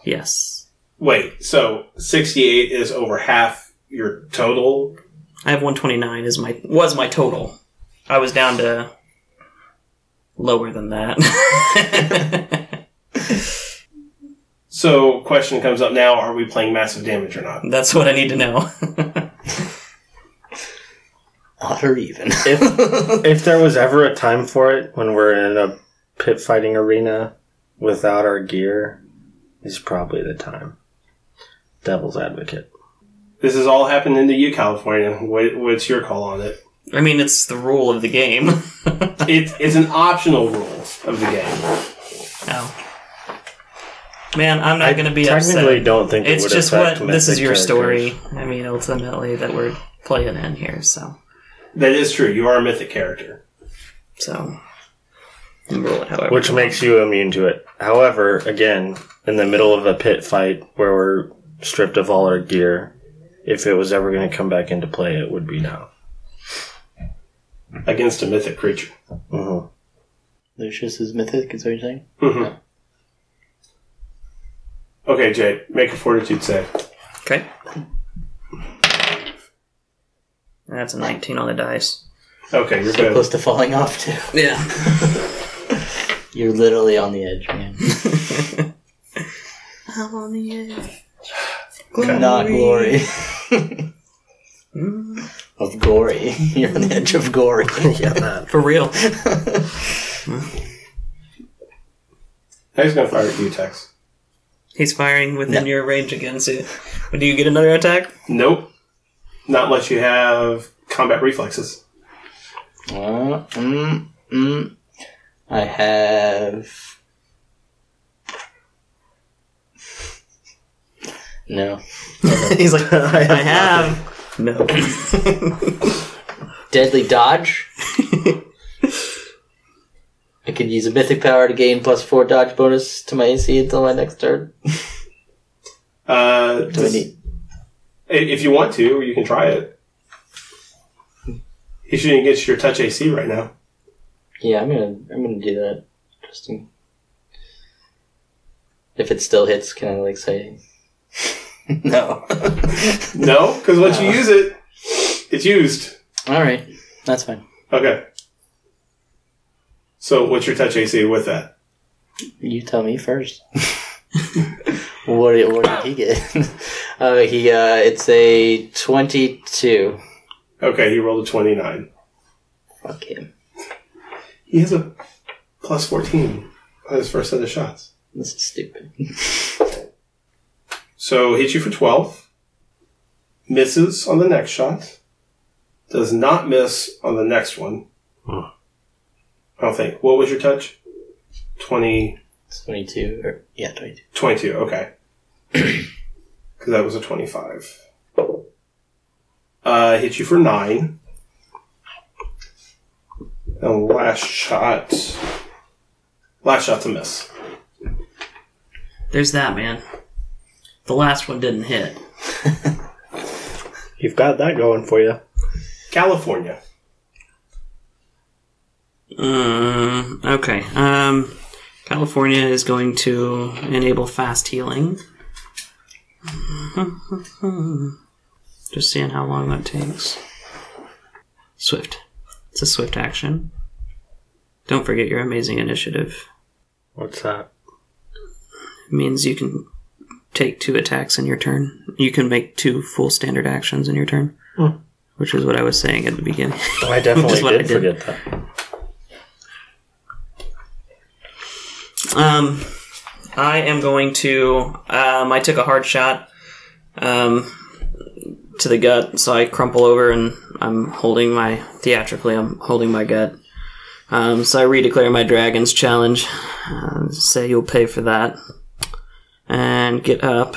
S8: Yes.
S5: Wait, so 68 is over half your total?
S8: I have 129 is my was my total. I was down to lower than that.
S5: So, question comes up now are we playing massive damage or not?
S8: That's what I need to know.
S7: Odd or even.
S6: If there was ever a time for it when we're in a pit fighting arena without our gear, is probably the time. Devil's advocate.
S5: This has all happening to you, California. What, what's your call on it?
S8: I mean, it's the rule of the game.
S5: It, it's an optional rule of the game.
S8: No. Man, I'm not going to be
S6: technically
S8: upset.
S6: don't think it
S8: It's
S6: would
S8: just what
S6: affect
S8: this is
S6: mythic
S8: your story.
S6: characters.
S8: I mean, ultimately that we're playing in here, so
S5: That is true. You are a mythic character.
S8: so roll it however.
S6: Which makes you immune to it. However, again, in the middle of a pit fight where we're stripped of all our gear, if it was ever going to come back into play, it would be now.
S5: Against a mythic creature.
S6: hmm
S7: Lucius is mythic. Is what you're saying?
S5: Mhm. okay, Jay, make a fortitude save.
S8: Okay. That's a 19 on the dice.
S5: Okay, you're
S7: So
S5: good.
S7: close to falling off too.
S8: Yeah.
S7: You're literally on the edge, man.
S8: I'm on the edge.
S7: Not glory. of gory. You're on the edge of gory.
S8: For real.
S5: Now he's going to fire at you, Tex.
S8: He's firing within
S7: No.
S8: your range again, so but do you get another attack?
S5: Nope. Not unless you have combat reflexes.
S7: Uh, mm, mm. I have. No.
S8: He's like, I have. No.
S7: Deadly dodge. I could use a mythic power to gain plus four dodge bonus to my AC until my next turn.
S5: Uh,
S7: Do I
S5: does-
S7: need?
S5: i- if you want to, you can try it. He's shooting against your touch AC right now.
S7: Yeah, I'm gonna I'm gonna do that. Just in, if it still hits, can I like say no?
S5: No, because once you use it, it's used.
S7: All right, that's fine.
S5: Okay. So what's your touch AC with that?
S7: You tell me first. what did, what did he get? uh, he uh, it's a twenty-two.
S5: Okay, he rolled a 29.
S7: Fuck him.
S5: He has a plus 14 on his first set of shots.
S7: This is stupid.
S5: So hits you for 12. Misses on the next shot. Does not miss on the next one. I don't think. What was your touch? 20,
S7: Twenty-two or yeah, twenty-two.
S5: 22. Okay. Because that was a 25. Uh, hits you for 9. And last shot. Last shot's a miss.
S8: There's that, man. The last one didn't hit.
S6: You've got that going for you.
S5: California.
S8: Um, okay. Um, California is going to enable fast healing. Just seeing how long that takes. Swift. It's a swift action. Don't forget your amazing initiative.
S6: What's that?
S8: It means you can take two attacks in your turn. You can make two full standard actions in your turn, which is what I was saying at the beginning.
S6: I definitely
S8: Just what
S6: did,
S8: I did.
S6: forget that.
S8: Um, I am going to. Um, I took a hard shot um, to the gut, so I crumple over and I'm holding my theatrically. I'm holding my gut. Um, so I redeclare my dragon's challenge. Uh, say you'll pay for that, and get up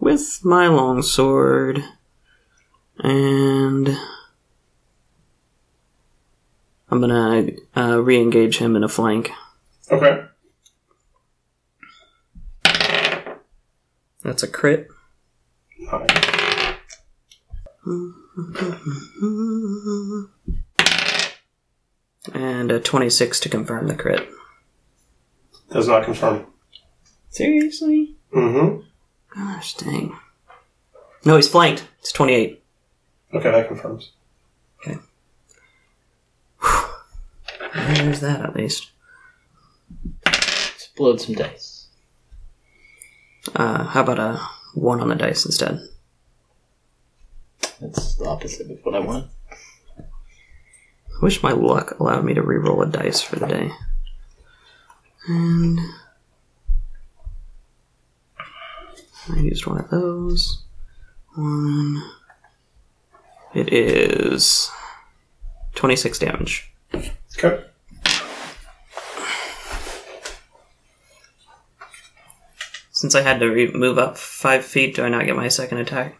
S8: with my long sword and. I'm gonna uh, re-engage him in a flank.
S5: Okay.
S8: That's a crit.
S5: Nine.
S8: And a 26 to confirm the crit.
S5: Does not confirm.
S8: Seriously?
S5: Mm-hmm.
S8: Gosh dang. No, he's flanked. It's 28.
S5: Okay, that confirms.
S8: There's that at least.
S7: Explode some dice.
S8: Uh, how about a 1 on the dice instead?
S7: That's the opposite of what I want.
S8: I wish my luck allowed me to re-roll a dice for the day. And. I used one of those. One. It is. 26 damage.
S5: Okay.
S8: Since I had to re- move up five feet, do I not get my second attack?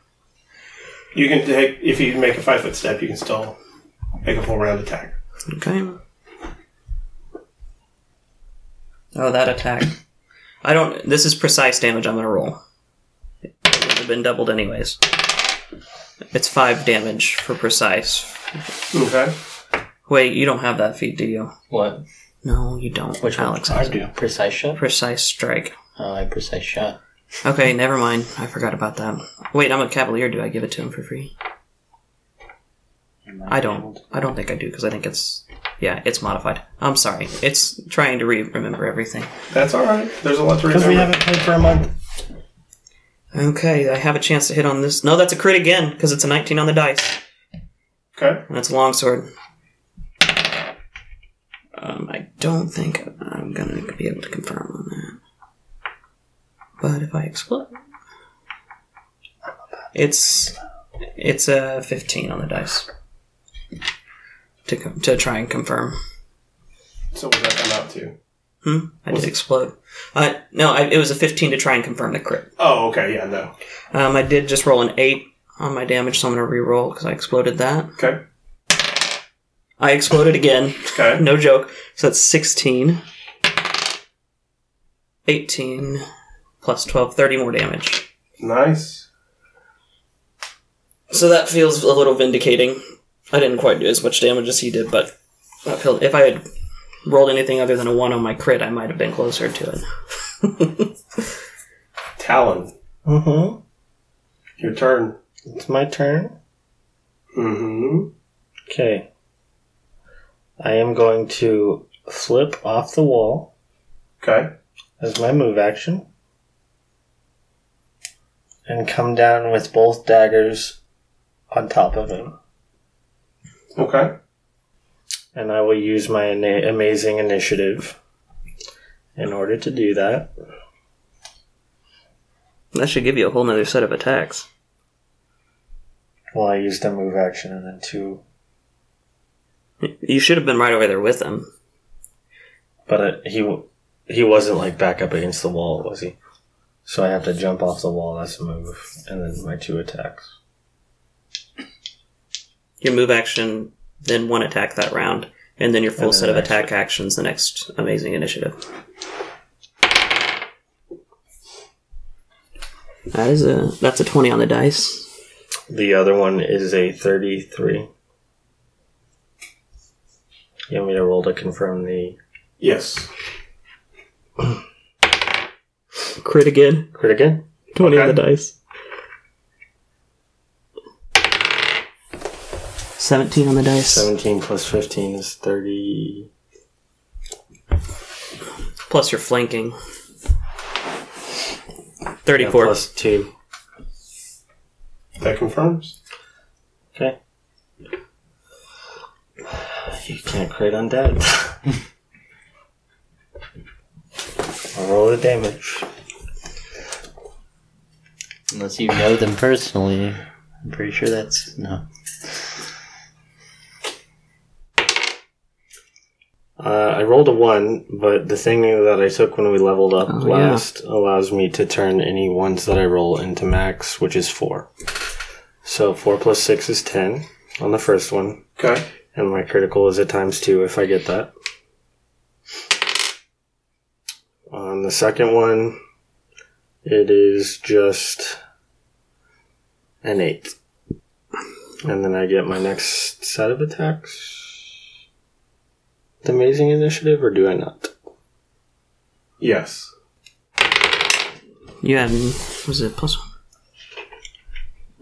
S5: You can take if you make a five foot step, you can still make a full round attack.
S8: Okay. Oh, that attack. I don't. This is precise damage I'm going to roll. It would have been doubled anyways. It's five damage for precise.
S5: Okay.
S8: Wait, you don't have that feat, do you?
S7: What?
S8: No, you don't.
S7: Which one?
S8: Alex has it.
S7: Precise shot.
S8: Precise strike.
S7: Oh, I precise shot.
S8: Okay, never mind. I forgot about that. Wait, I'm a cavalier. Do I give it to him for free? I don't. I don't think I do because I think it's yeah, it's modified. I'm sorry. It's trying to re- remember everything.
S5: That's all right. There's a lot to
S6: Because
S5: remember.
S6: we haven't played for a month.
S8: Okay, I have a chance to hit on this. No, that's a crit again because it's a 19 on the dice.
S5: okay.
S8: And that's a longsword. Um, I don't think I'm gonna be able to confirm on that. But if I explode, it's it's a fifteen on the dice to com- to try and confirm.
S5: So what does that come out to?
S8: Hmm? I
S5: Was
S8: did
S5: it-
S8: explode. Uh, no, I, it was a fifteen to try and confirm the crit.
S5: Oh, okay, yeah, no.
S8: Um, I did just roll an eight on my damage, so I'm gonna re-roll because I exploded that.
S5: Okay,
S8: I exploded again.
S5: okay.
S8: No joke. So that's 16. 18 plus 12, 30 more damage.
S5: Nice.
S8: So that feels a little vindicating. I didn't quite do as much damage as he did, but that felt, if I had rolled anything other than a 1 on my crit, I might have been closer to it.
S5: Talon,
S6: Mm-hmm.
S5: your turn.
S6: It's my turn.
S5: Mm-hmm.
S6: Okay. I am going to flip off the wall
S5: Okay.
S6: as my move action. And come down with both daggers on top of him.
S5: Okay.
S6: And I will use my ina- amazing initiative in order to do that.
S8: That should give you a whole nother set of attacks.
S6: Well, I used a move action and then two.
S8: You should have been right over there with them.
S6: But it, he w- he wasn't like back up against the wall, was he? So I have to jump off the wall. That's a move, and then my two attacks.
S8: Your move action, then one attack that round, and then your full
S6: And then
S8: set of
S6: an action.
S8: attack actions the next amazing initiative. That is a that's a twenty on the dice.
S6: The other one is a thirty-three. You want me to roll to confirm the
S5: Yes.
S8: Crit again.
S6: crit again?
S8: Twenty
S5: Okay.
S8: on the dice. Seventeen on the dice.
S6: Seventeen plus fifteen is thirty.
S8: Plus you're flanking.
S6: yeah,
S8: Thirty-four.
S6: plus two.
S5: That confirms.
S6: Okay. You can't create undead. I'll roll the damage.
S7: Unless you know them personally. I'm pretty sure that's. No.
S6: Uh, I rolled a one, but the thing that I took when we leveled up
S8: Oh, yeah.
S6: last allows me to turn any ones that I roll into max, which is four. So four plus six is ten on the first one,
S5: Okay.
S6: and my critical is a times two if I get that. On the second one, it is just an eight. And then I get my next set of attacks. The amazing initiative, or do I not?
S5: Yes.
S8: You had was it plus one?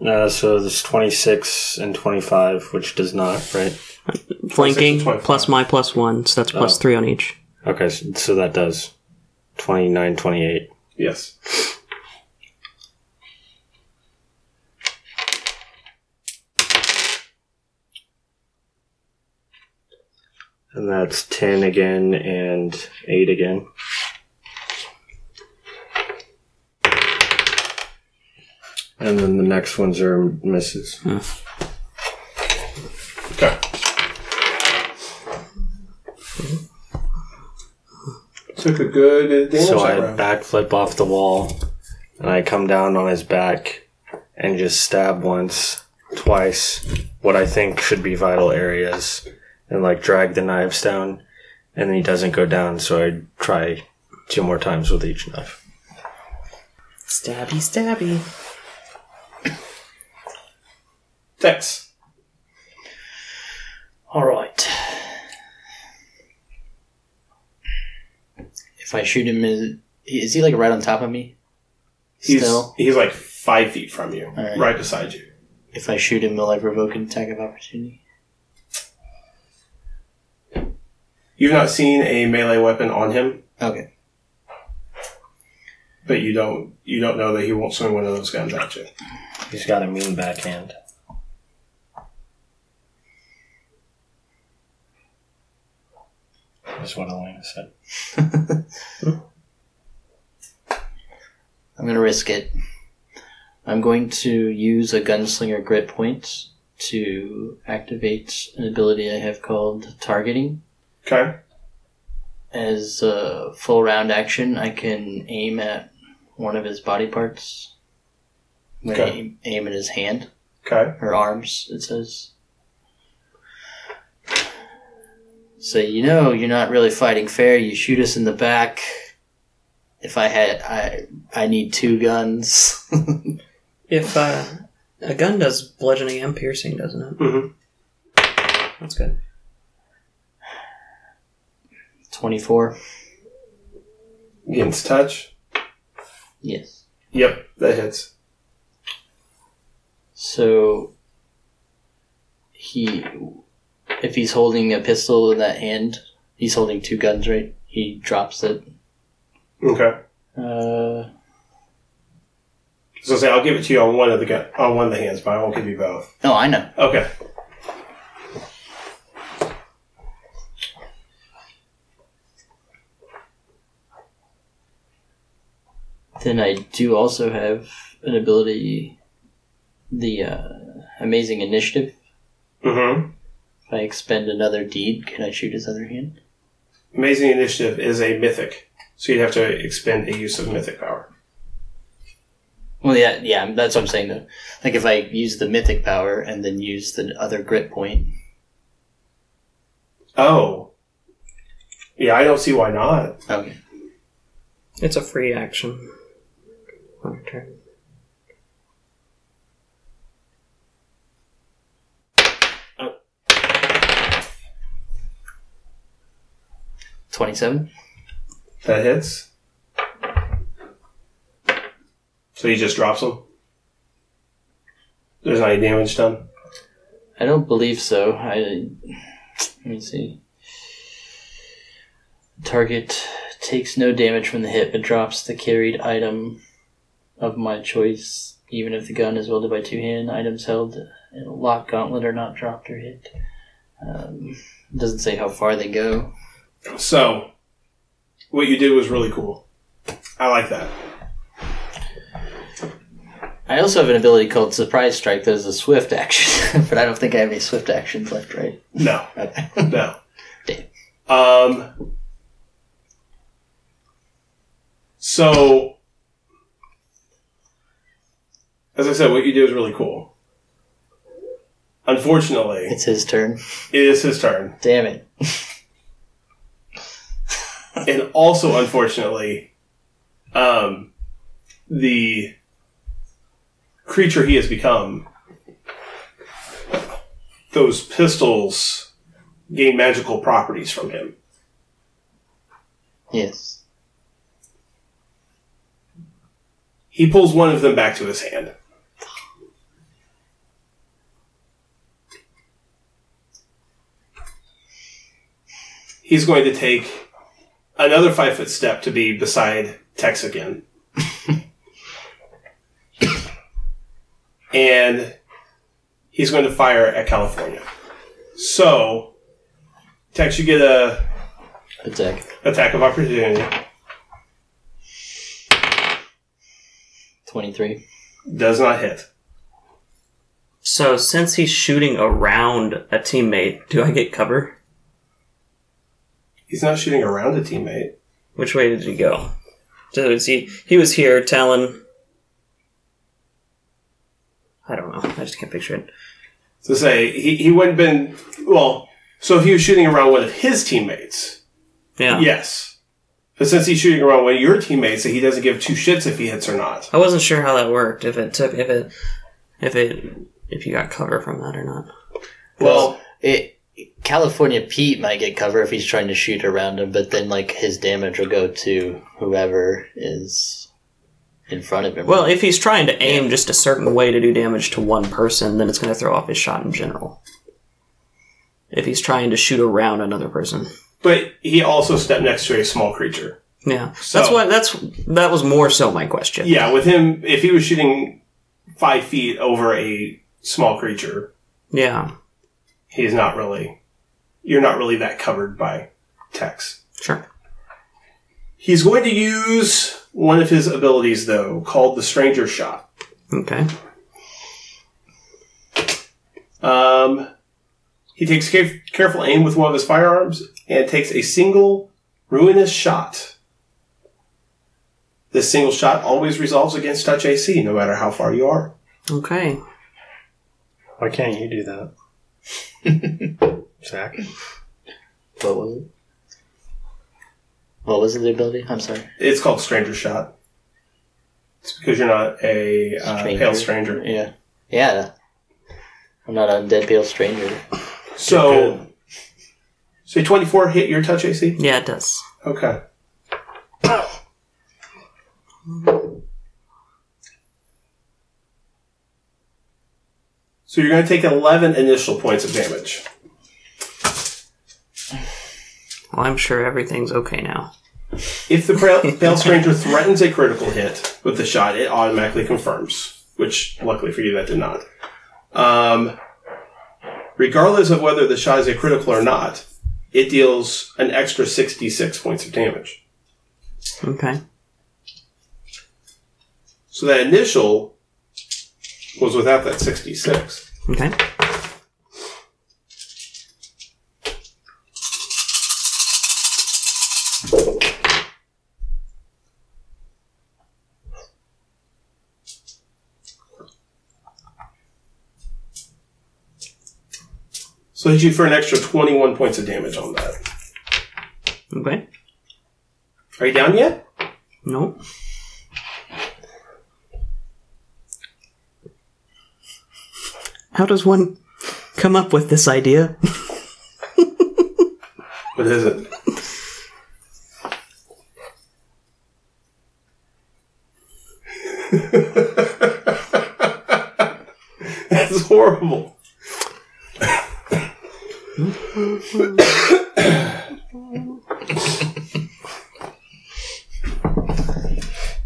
S6: Uh, so there's 26 and 25, which does not, right?
S8: Flanking
S5: twenty-five.
S8: plus my plus one, so that's plus
S6: Oh.
S8: three on each.
S6: Okay, s- so that does. 29, 28.
S5: Yes.
S6: And that's 10 again and 8 again. And then the next ones are misses.
S5: Okay. Took a good damage
S6: So I
S5: that round.
S6: backflip off the wall and I come down on his back and just stab once, twice, what I think should be vital areas and like drag the knives down. And then he doesn't go down, so I try two more times with each knife.
S8: Stabby, stabby.
S5: Dex.
S7: Alright. If I shoot him, is, is he like right on top of me?
S5: He's
S7: Still?
S5: he's like five feet from you,
S7: right.
S5: right beside you.
S7: If I shoot him, will I provoke an attack of opportunity?
S5: You've not seen a melee weapon on him,
S7: Okay.
S5: but you don't you don't know that he won't swing one of those guns at you.
S6: He's got a mean backhand. That's what Elena said.
S7: I'm gonna risk it. I'm going to use a gunslinger grit point to activate an ability I have called targeting.
S5: Okay.
S7: As a full round action, I can aim at one of his body parts. I'm gonna
S5: Okay.
S7: aim, aim at his hand.
S5: Okay.
S7: her arms, it says. Say, you know, you're not really fighting fair. You shoot us in the back. If I had, I I need two guns.
S8: If uh, a gun does bludgeoning and piercing, doesn't it?
S5: Mm-hmm.
S8: That's good.
S7: Twenty four.
S5: Against touch.
S7: Yes.
S5: Yep, that hits.
S7: So he, if he's holding a pistol in that hand, he's holding two guns, right? He drops it.
S5: Okay.
S7: Uh,
S5: So say I'll give it to you on one of the gun, on one of the hands, but I won't give you both.
S7: no, Oh, I know.
S5: Okay.
S7: Then I do also have an ability, the uh, amazing initiative.
S5: Mm-hmm.
S7: If I expend another deed, can I shoot his other hand?
S5: Amazing initiative is a mythic, so you'd have to expend a use of mythic power.
S7: Well, yeah, yeah, that's what I'm saying though. Like if I use the mythic power and then use the other grit point,
S5: Oh. Yeah, I don't see why not.
S7: okay,
S8: It's a free action. On your turn.
S7: twenty-seven.
S5: That hits. So he just drops them. There's not any damage done.
S7: I don't believe so. I let me see. Target takes no damage from the hit, but drops the carried item of my choice, even if the gun is wielded by two hand. Items held in a lock gauntlet are not dropped or hit. Um, doesn't say how far they go.
S5: So, what you did was really cool. I like that.
S7: I also have an ability called Surprise Strike that is a swift action, but I don't think I have any swift actions left, right?
S5: No,
S7: Okay.
S5: no.
S7: Damn.
S5: Um. So, as I said, what you did was really cool. Unfortunately,
S7: it's his turn.
S5: it is his turn,
S7: Damn it.
S5: and also unfortunately, um, the creature he has become. Those pistols gain magical properties from him.
S7: Yes.
S5: He pulls one of them back to his hand. He's going to take another five foot step to be beside Tex again. and he's going to fire at California. So, Tex, you get a
S7: Attack.
S5: attack of opportunity.
S7: 23.
S5: Does not hit.
S8: So since he's shooting around a teammate, do I get cover?
S5: He's not shooting around a teammate.
S8: Which way did he go? So is he he was here telling I don't know. I just can't picture it.
S5: to say he, he wouldn't been well. So if he was shooting around one of his teammates,
S8: Yeah.
S5: yes. But since he's shooting around one of your teammates, he doesn't give two shits if he hits or not.
S8: I wasn't sure how that worked, if it took if it if it if you got cover from that or not.
S5: Well,
S7: It, California Pete might get cover if he's trying to shoot around him, but then, like, his damage will go to whoever is in front of him.
S8: Well, if he's trying to aim just a certain way to do damage to one person, then it's going to throw off his shot in general. If he's trying to shoot around another person,
S5: but he also stepped next to a small creature.
S8: yeah, that's
S5: So-
S8: what that's that was more so my question.
S5: Yeah, with him, if he was shooting five feet over a small creature,
S8: yeah,
S5: he's not really. You're not really that covered by Tex.
S8: sure.
S5: He's going to use one of his abilities, though, called the Stranger Shot.
S8: Okay.
S5: Um, he takes care- careful aim with one of his firearms and takes a single ruinous shot. This single shot always resolves against touch AC, no matter how far you are.
S8: Okay.
S6: Why can't you do that? Zach?
S7: What was it? What was the ability? I'm sorry.
S5: It's called Stranger Shot. It's because you're not a uh, pale stranger.
S7: Yeah. Yeah. I'm not a dead pale stranger.
S5: So, so 24 hit your touch AC?
S8: Yeah, it does.
S5: Okay. So you're going to take 11 initial points of damage.
S8: Well, I'm sure everything's okay now.
S5: If the pale, pale stranger threatens a critical hit with the shot, it automatically confirms, which luckily for you that did not. Um, regardless of whether the shot is a critical or not, it deals an extra 66 points of damage.
S8: Okay.
S5: So that initial was without that 66.
S8: Okay.
S5: So hit you for an extra 21 points of damage on that.
S8: Okay.
S5: Are you down yet?
S8: Nope. How does one come up with this idea?
S5: What is it? That's horrible.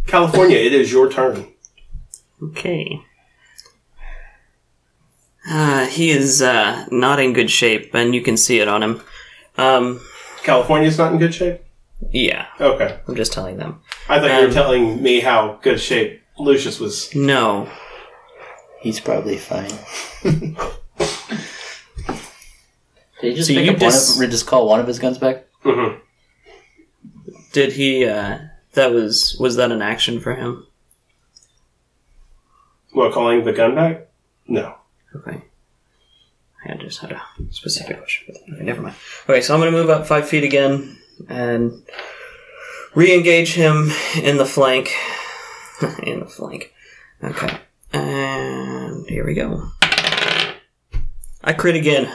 S5: California, it is your turn.
S8: Okay. Uh, he is uh, not in good shape, and you can see it on him. Um,
S5: California's not in good shape?
S8: yeah,
S5: Okay.
S8: I'm just telling them.
S5: I thought you
S8: Um,
S5: were telling me how good shape Lucius was.
S8: No,
S7: He's probably fine. Did he just
S8: So
S7: pick
S8: you
S7: up
S8: dis-
S7: one of, just call one of his guns back?
S5: Mm-hmm.
S8: did he? Uh, that was was that an action for him?
S5: What, calling the gun back? No.
S8: Okay. I just had a specific question. for that. Okay, never mind. Okay, so I'm going to move up five feet again and re-engage him in the flank. in the flank. Okay. And here we go. I crit again.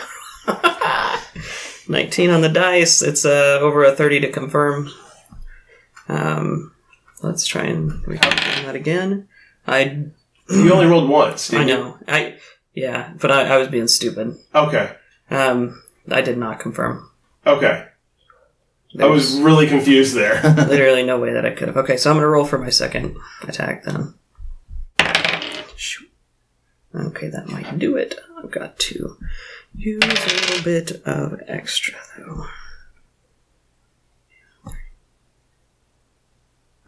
S8: 19 on the dice. It's uh, over a 30 to confirm. Um, let's try and recalculate that again. I
S5: You only rolled once,
S8: I
S5: didn't you?
S8: know. I yeah, but I, I was being stupid.
S5: Okay.
S8: Um, I did not confirm.
S5: Okay. I
S8: There's
S5: was really confused there.
S8: literally no way that I could have. Okay, so I'm gonna roll for my second attack then. Shoot. Okay, that might do it. I've got to use a little bit of extra though.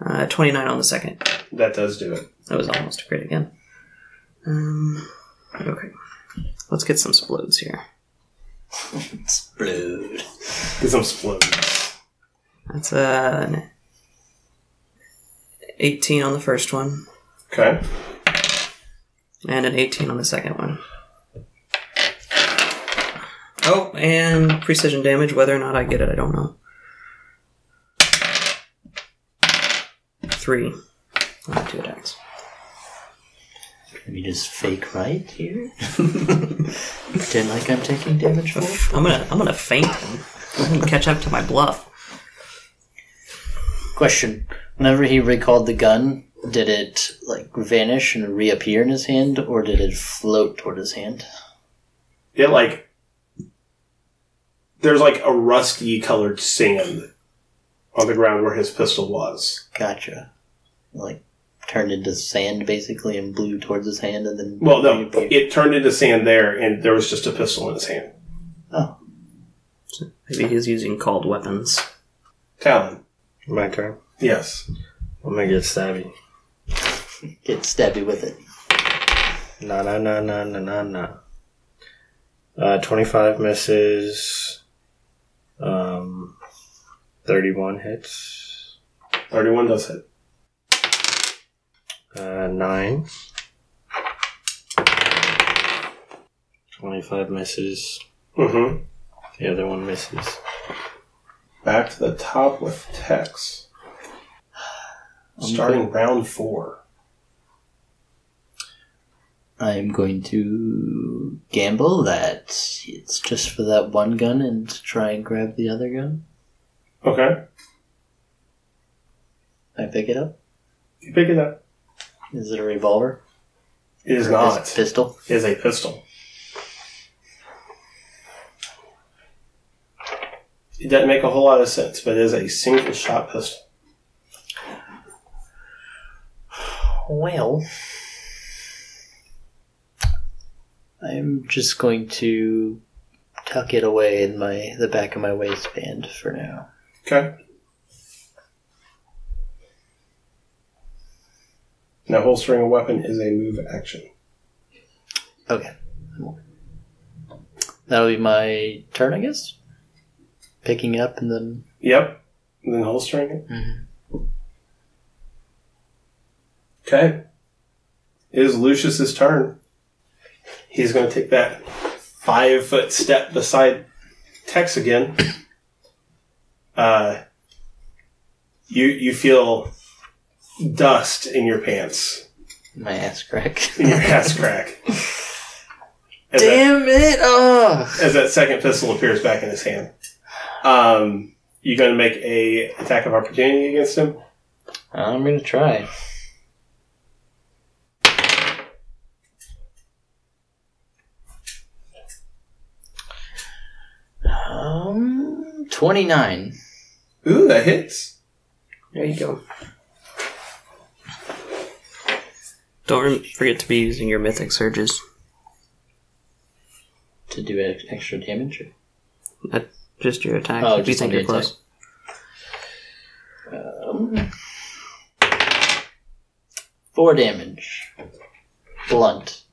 S8: Uh, 29 on the second.
S5: that does do it.
S8: That was almost a crit again. Um, okay. Let's get some splodes here.
S7: Blood.
S5: Because I'm split.
S8: That's an 18 on the first one
S5: Okay.
S8: and an 18 on the second one. Oh, and precision damage, whether or not I get it, I don't know. Three. Uh, two attacks.
S7: Maybe just fake right here? Pretend like I'm taking damage from it?
S8: I'm gonna I'm gonna faint him. I'm gonna catch up to my bluff.
S7: Question. Whenever he recalled the gun, did it like vanish and reappear in his hand, or did it float toward his hand?
S5: It like there's like a rusty colored sand on the ground where his pistol was.
S7: Gotcha. Like turned into sand basically and blew towards his hand and then
S5: Well, no,
S7: reappeared.
S5: it turned into sand there, and there was just a pistol in his hand.
S7: Oh.
S8: Maybe he's using called weapons.
S5: Talon.
S6: My turn.
S5: Yes.
S6: I'm gonna get stabby.
S7: Get stabby with it.
S6: Na na na na na na na. Uh, 25 misses. Um, 31 hits.
S5: 31 does hit.
S6: Uh, 9. 25 misses.
S5: Mm-hmm.
S6: The other one misses.
S5: Back to the top with Tex. Starting round four.
S7: I'm going to gamble that it's just for that one gun and try and grab the other gun.
S5: Okay.
S7: I pick it up.
S5: You pick it up.
S7: Is it a revolver?
S5: It is
S7: Or
S5: not.
S7: pis- pistol.
S5: It is a pistol. It doesn't make a whole lot of sense, but it is a single shot pistol.
S7: Well, I'm just going to tuck it away in my the back of my waistband for now.
S5: Okay. Now, holstering a weapon is a move action.
S7: Okay. That'll be my turn, I guess. Picking up and then
S5: Yep. And then holstering it. Okay. It is Lucius's turn. He's going to take that five foot step beside Tex again. Uh, you you feel dust in your pants,
S7: my ass crack.
S5: in your ass crack. As that-
S7: Damn it! Oh,
S5: as that second pistol appears back in his hand. Um, you going to make a attack of opportunity against him?
S7: I'm gonna try. Um, twenty nine.
S5: Ooh, that hits.
S7: There you go.
S8: Don't rem- forget to be using your mythic surges.
S7: To do ex- extra damage.
S8: Not just your attack.
S7: Oh,
S8: if you
S7: just
S8: think
S7: on
S8: you're
S7: the attack.
S8: close.
S7: Four damage. Blunt.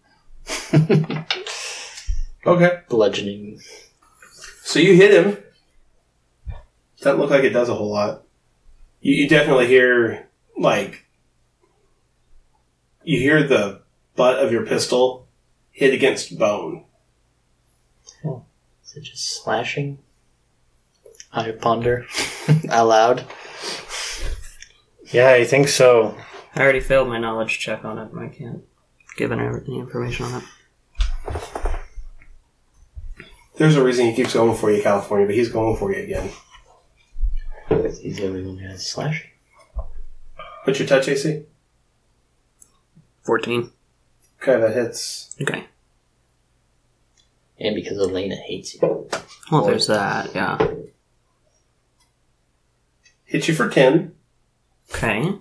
S5: Okay.
S7: Bludgeoning.
S5: So you hit him. Doesn't look like it does a whole lot. You, you definitely hear, like, you hear the butt of your pistol hit against bone.
S7: Is it just slashing? I ponder aloud.
S6: Yeah, I think so.
S8: I already failed my knowledge check on it. I can't give any any information on it.
S5: There's a reason he keeps going for you, California, but he's going for you again.
S7: He's the only one who has slashing.
S5: What's your touch AC?
S8: 14.
S5: Okay, that hits.
S8: Okay.
S7: And because Elena hates you.
S8: Well, there's that, yeah.
S5: Hits you for 10.
S8: Okay.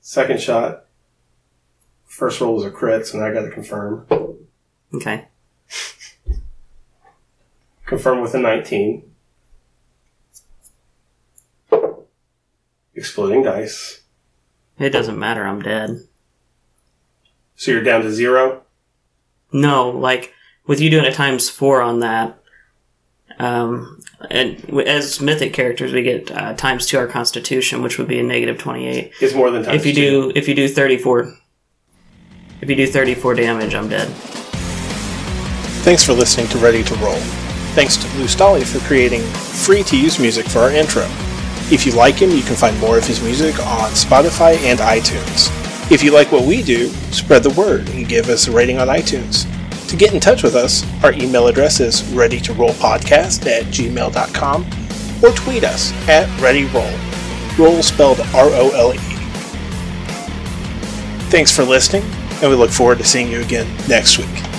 S5: Second shot. First roll was a crit, so now I gotta confirm.
S8: Okay.
S5: Confirm with a 19. Exploding dice.
S8: It doesn't matter, I'm dead.
S5: So you're down to zero?
S8: No, like with you doing a times four on that, um, and w- as mythic characters, we get uh, times two our constitution, which would be a negative twenty eight.
S5: It's more than times
S8: If you
S5: two.
S8: do, if you do thirty four, if you do thirty four damage, I'm dead.
S9: Thanks for listening to Ready to Roll. Thanks to Lou Stolly for creating free to use music for our intro. If you like him, you can find more of his music on Spotify and iTunes. If you like what we do, spread the word and give us a rating on iTunes. To get in touch with us, our email address is readytorollpodcast at gmail.com or tweet us at readyroll. Roll spelled R O L E. Thanks for listening, and we look forward to seeing you again next week.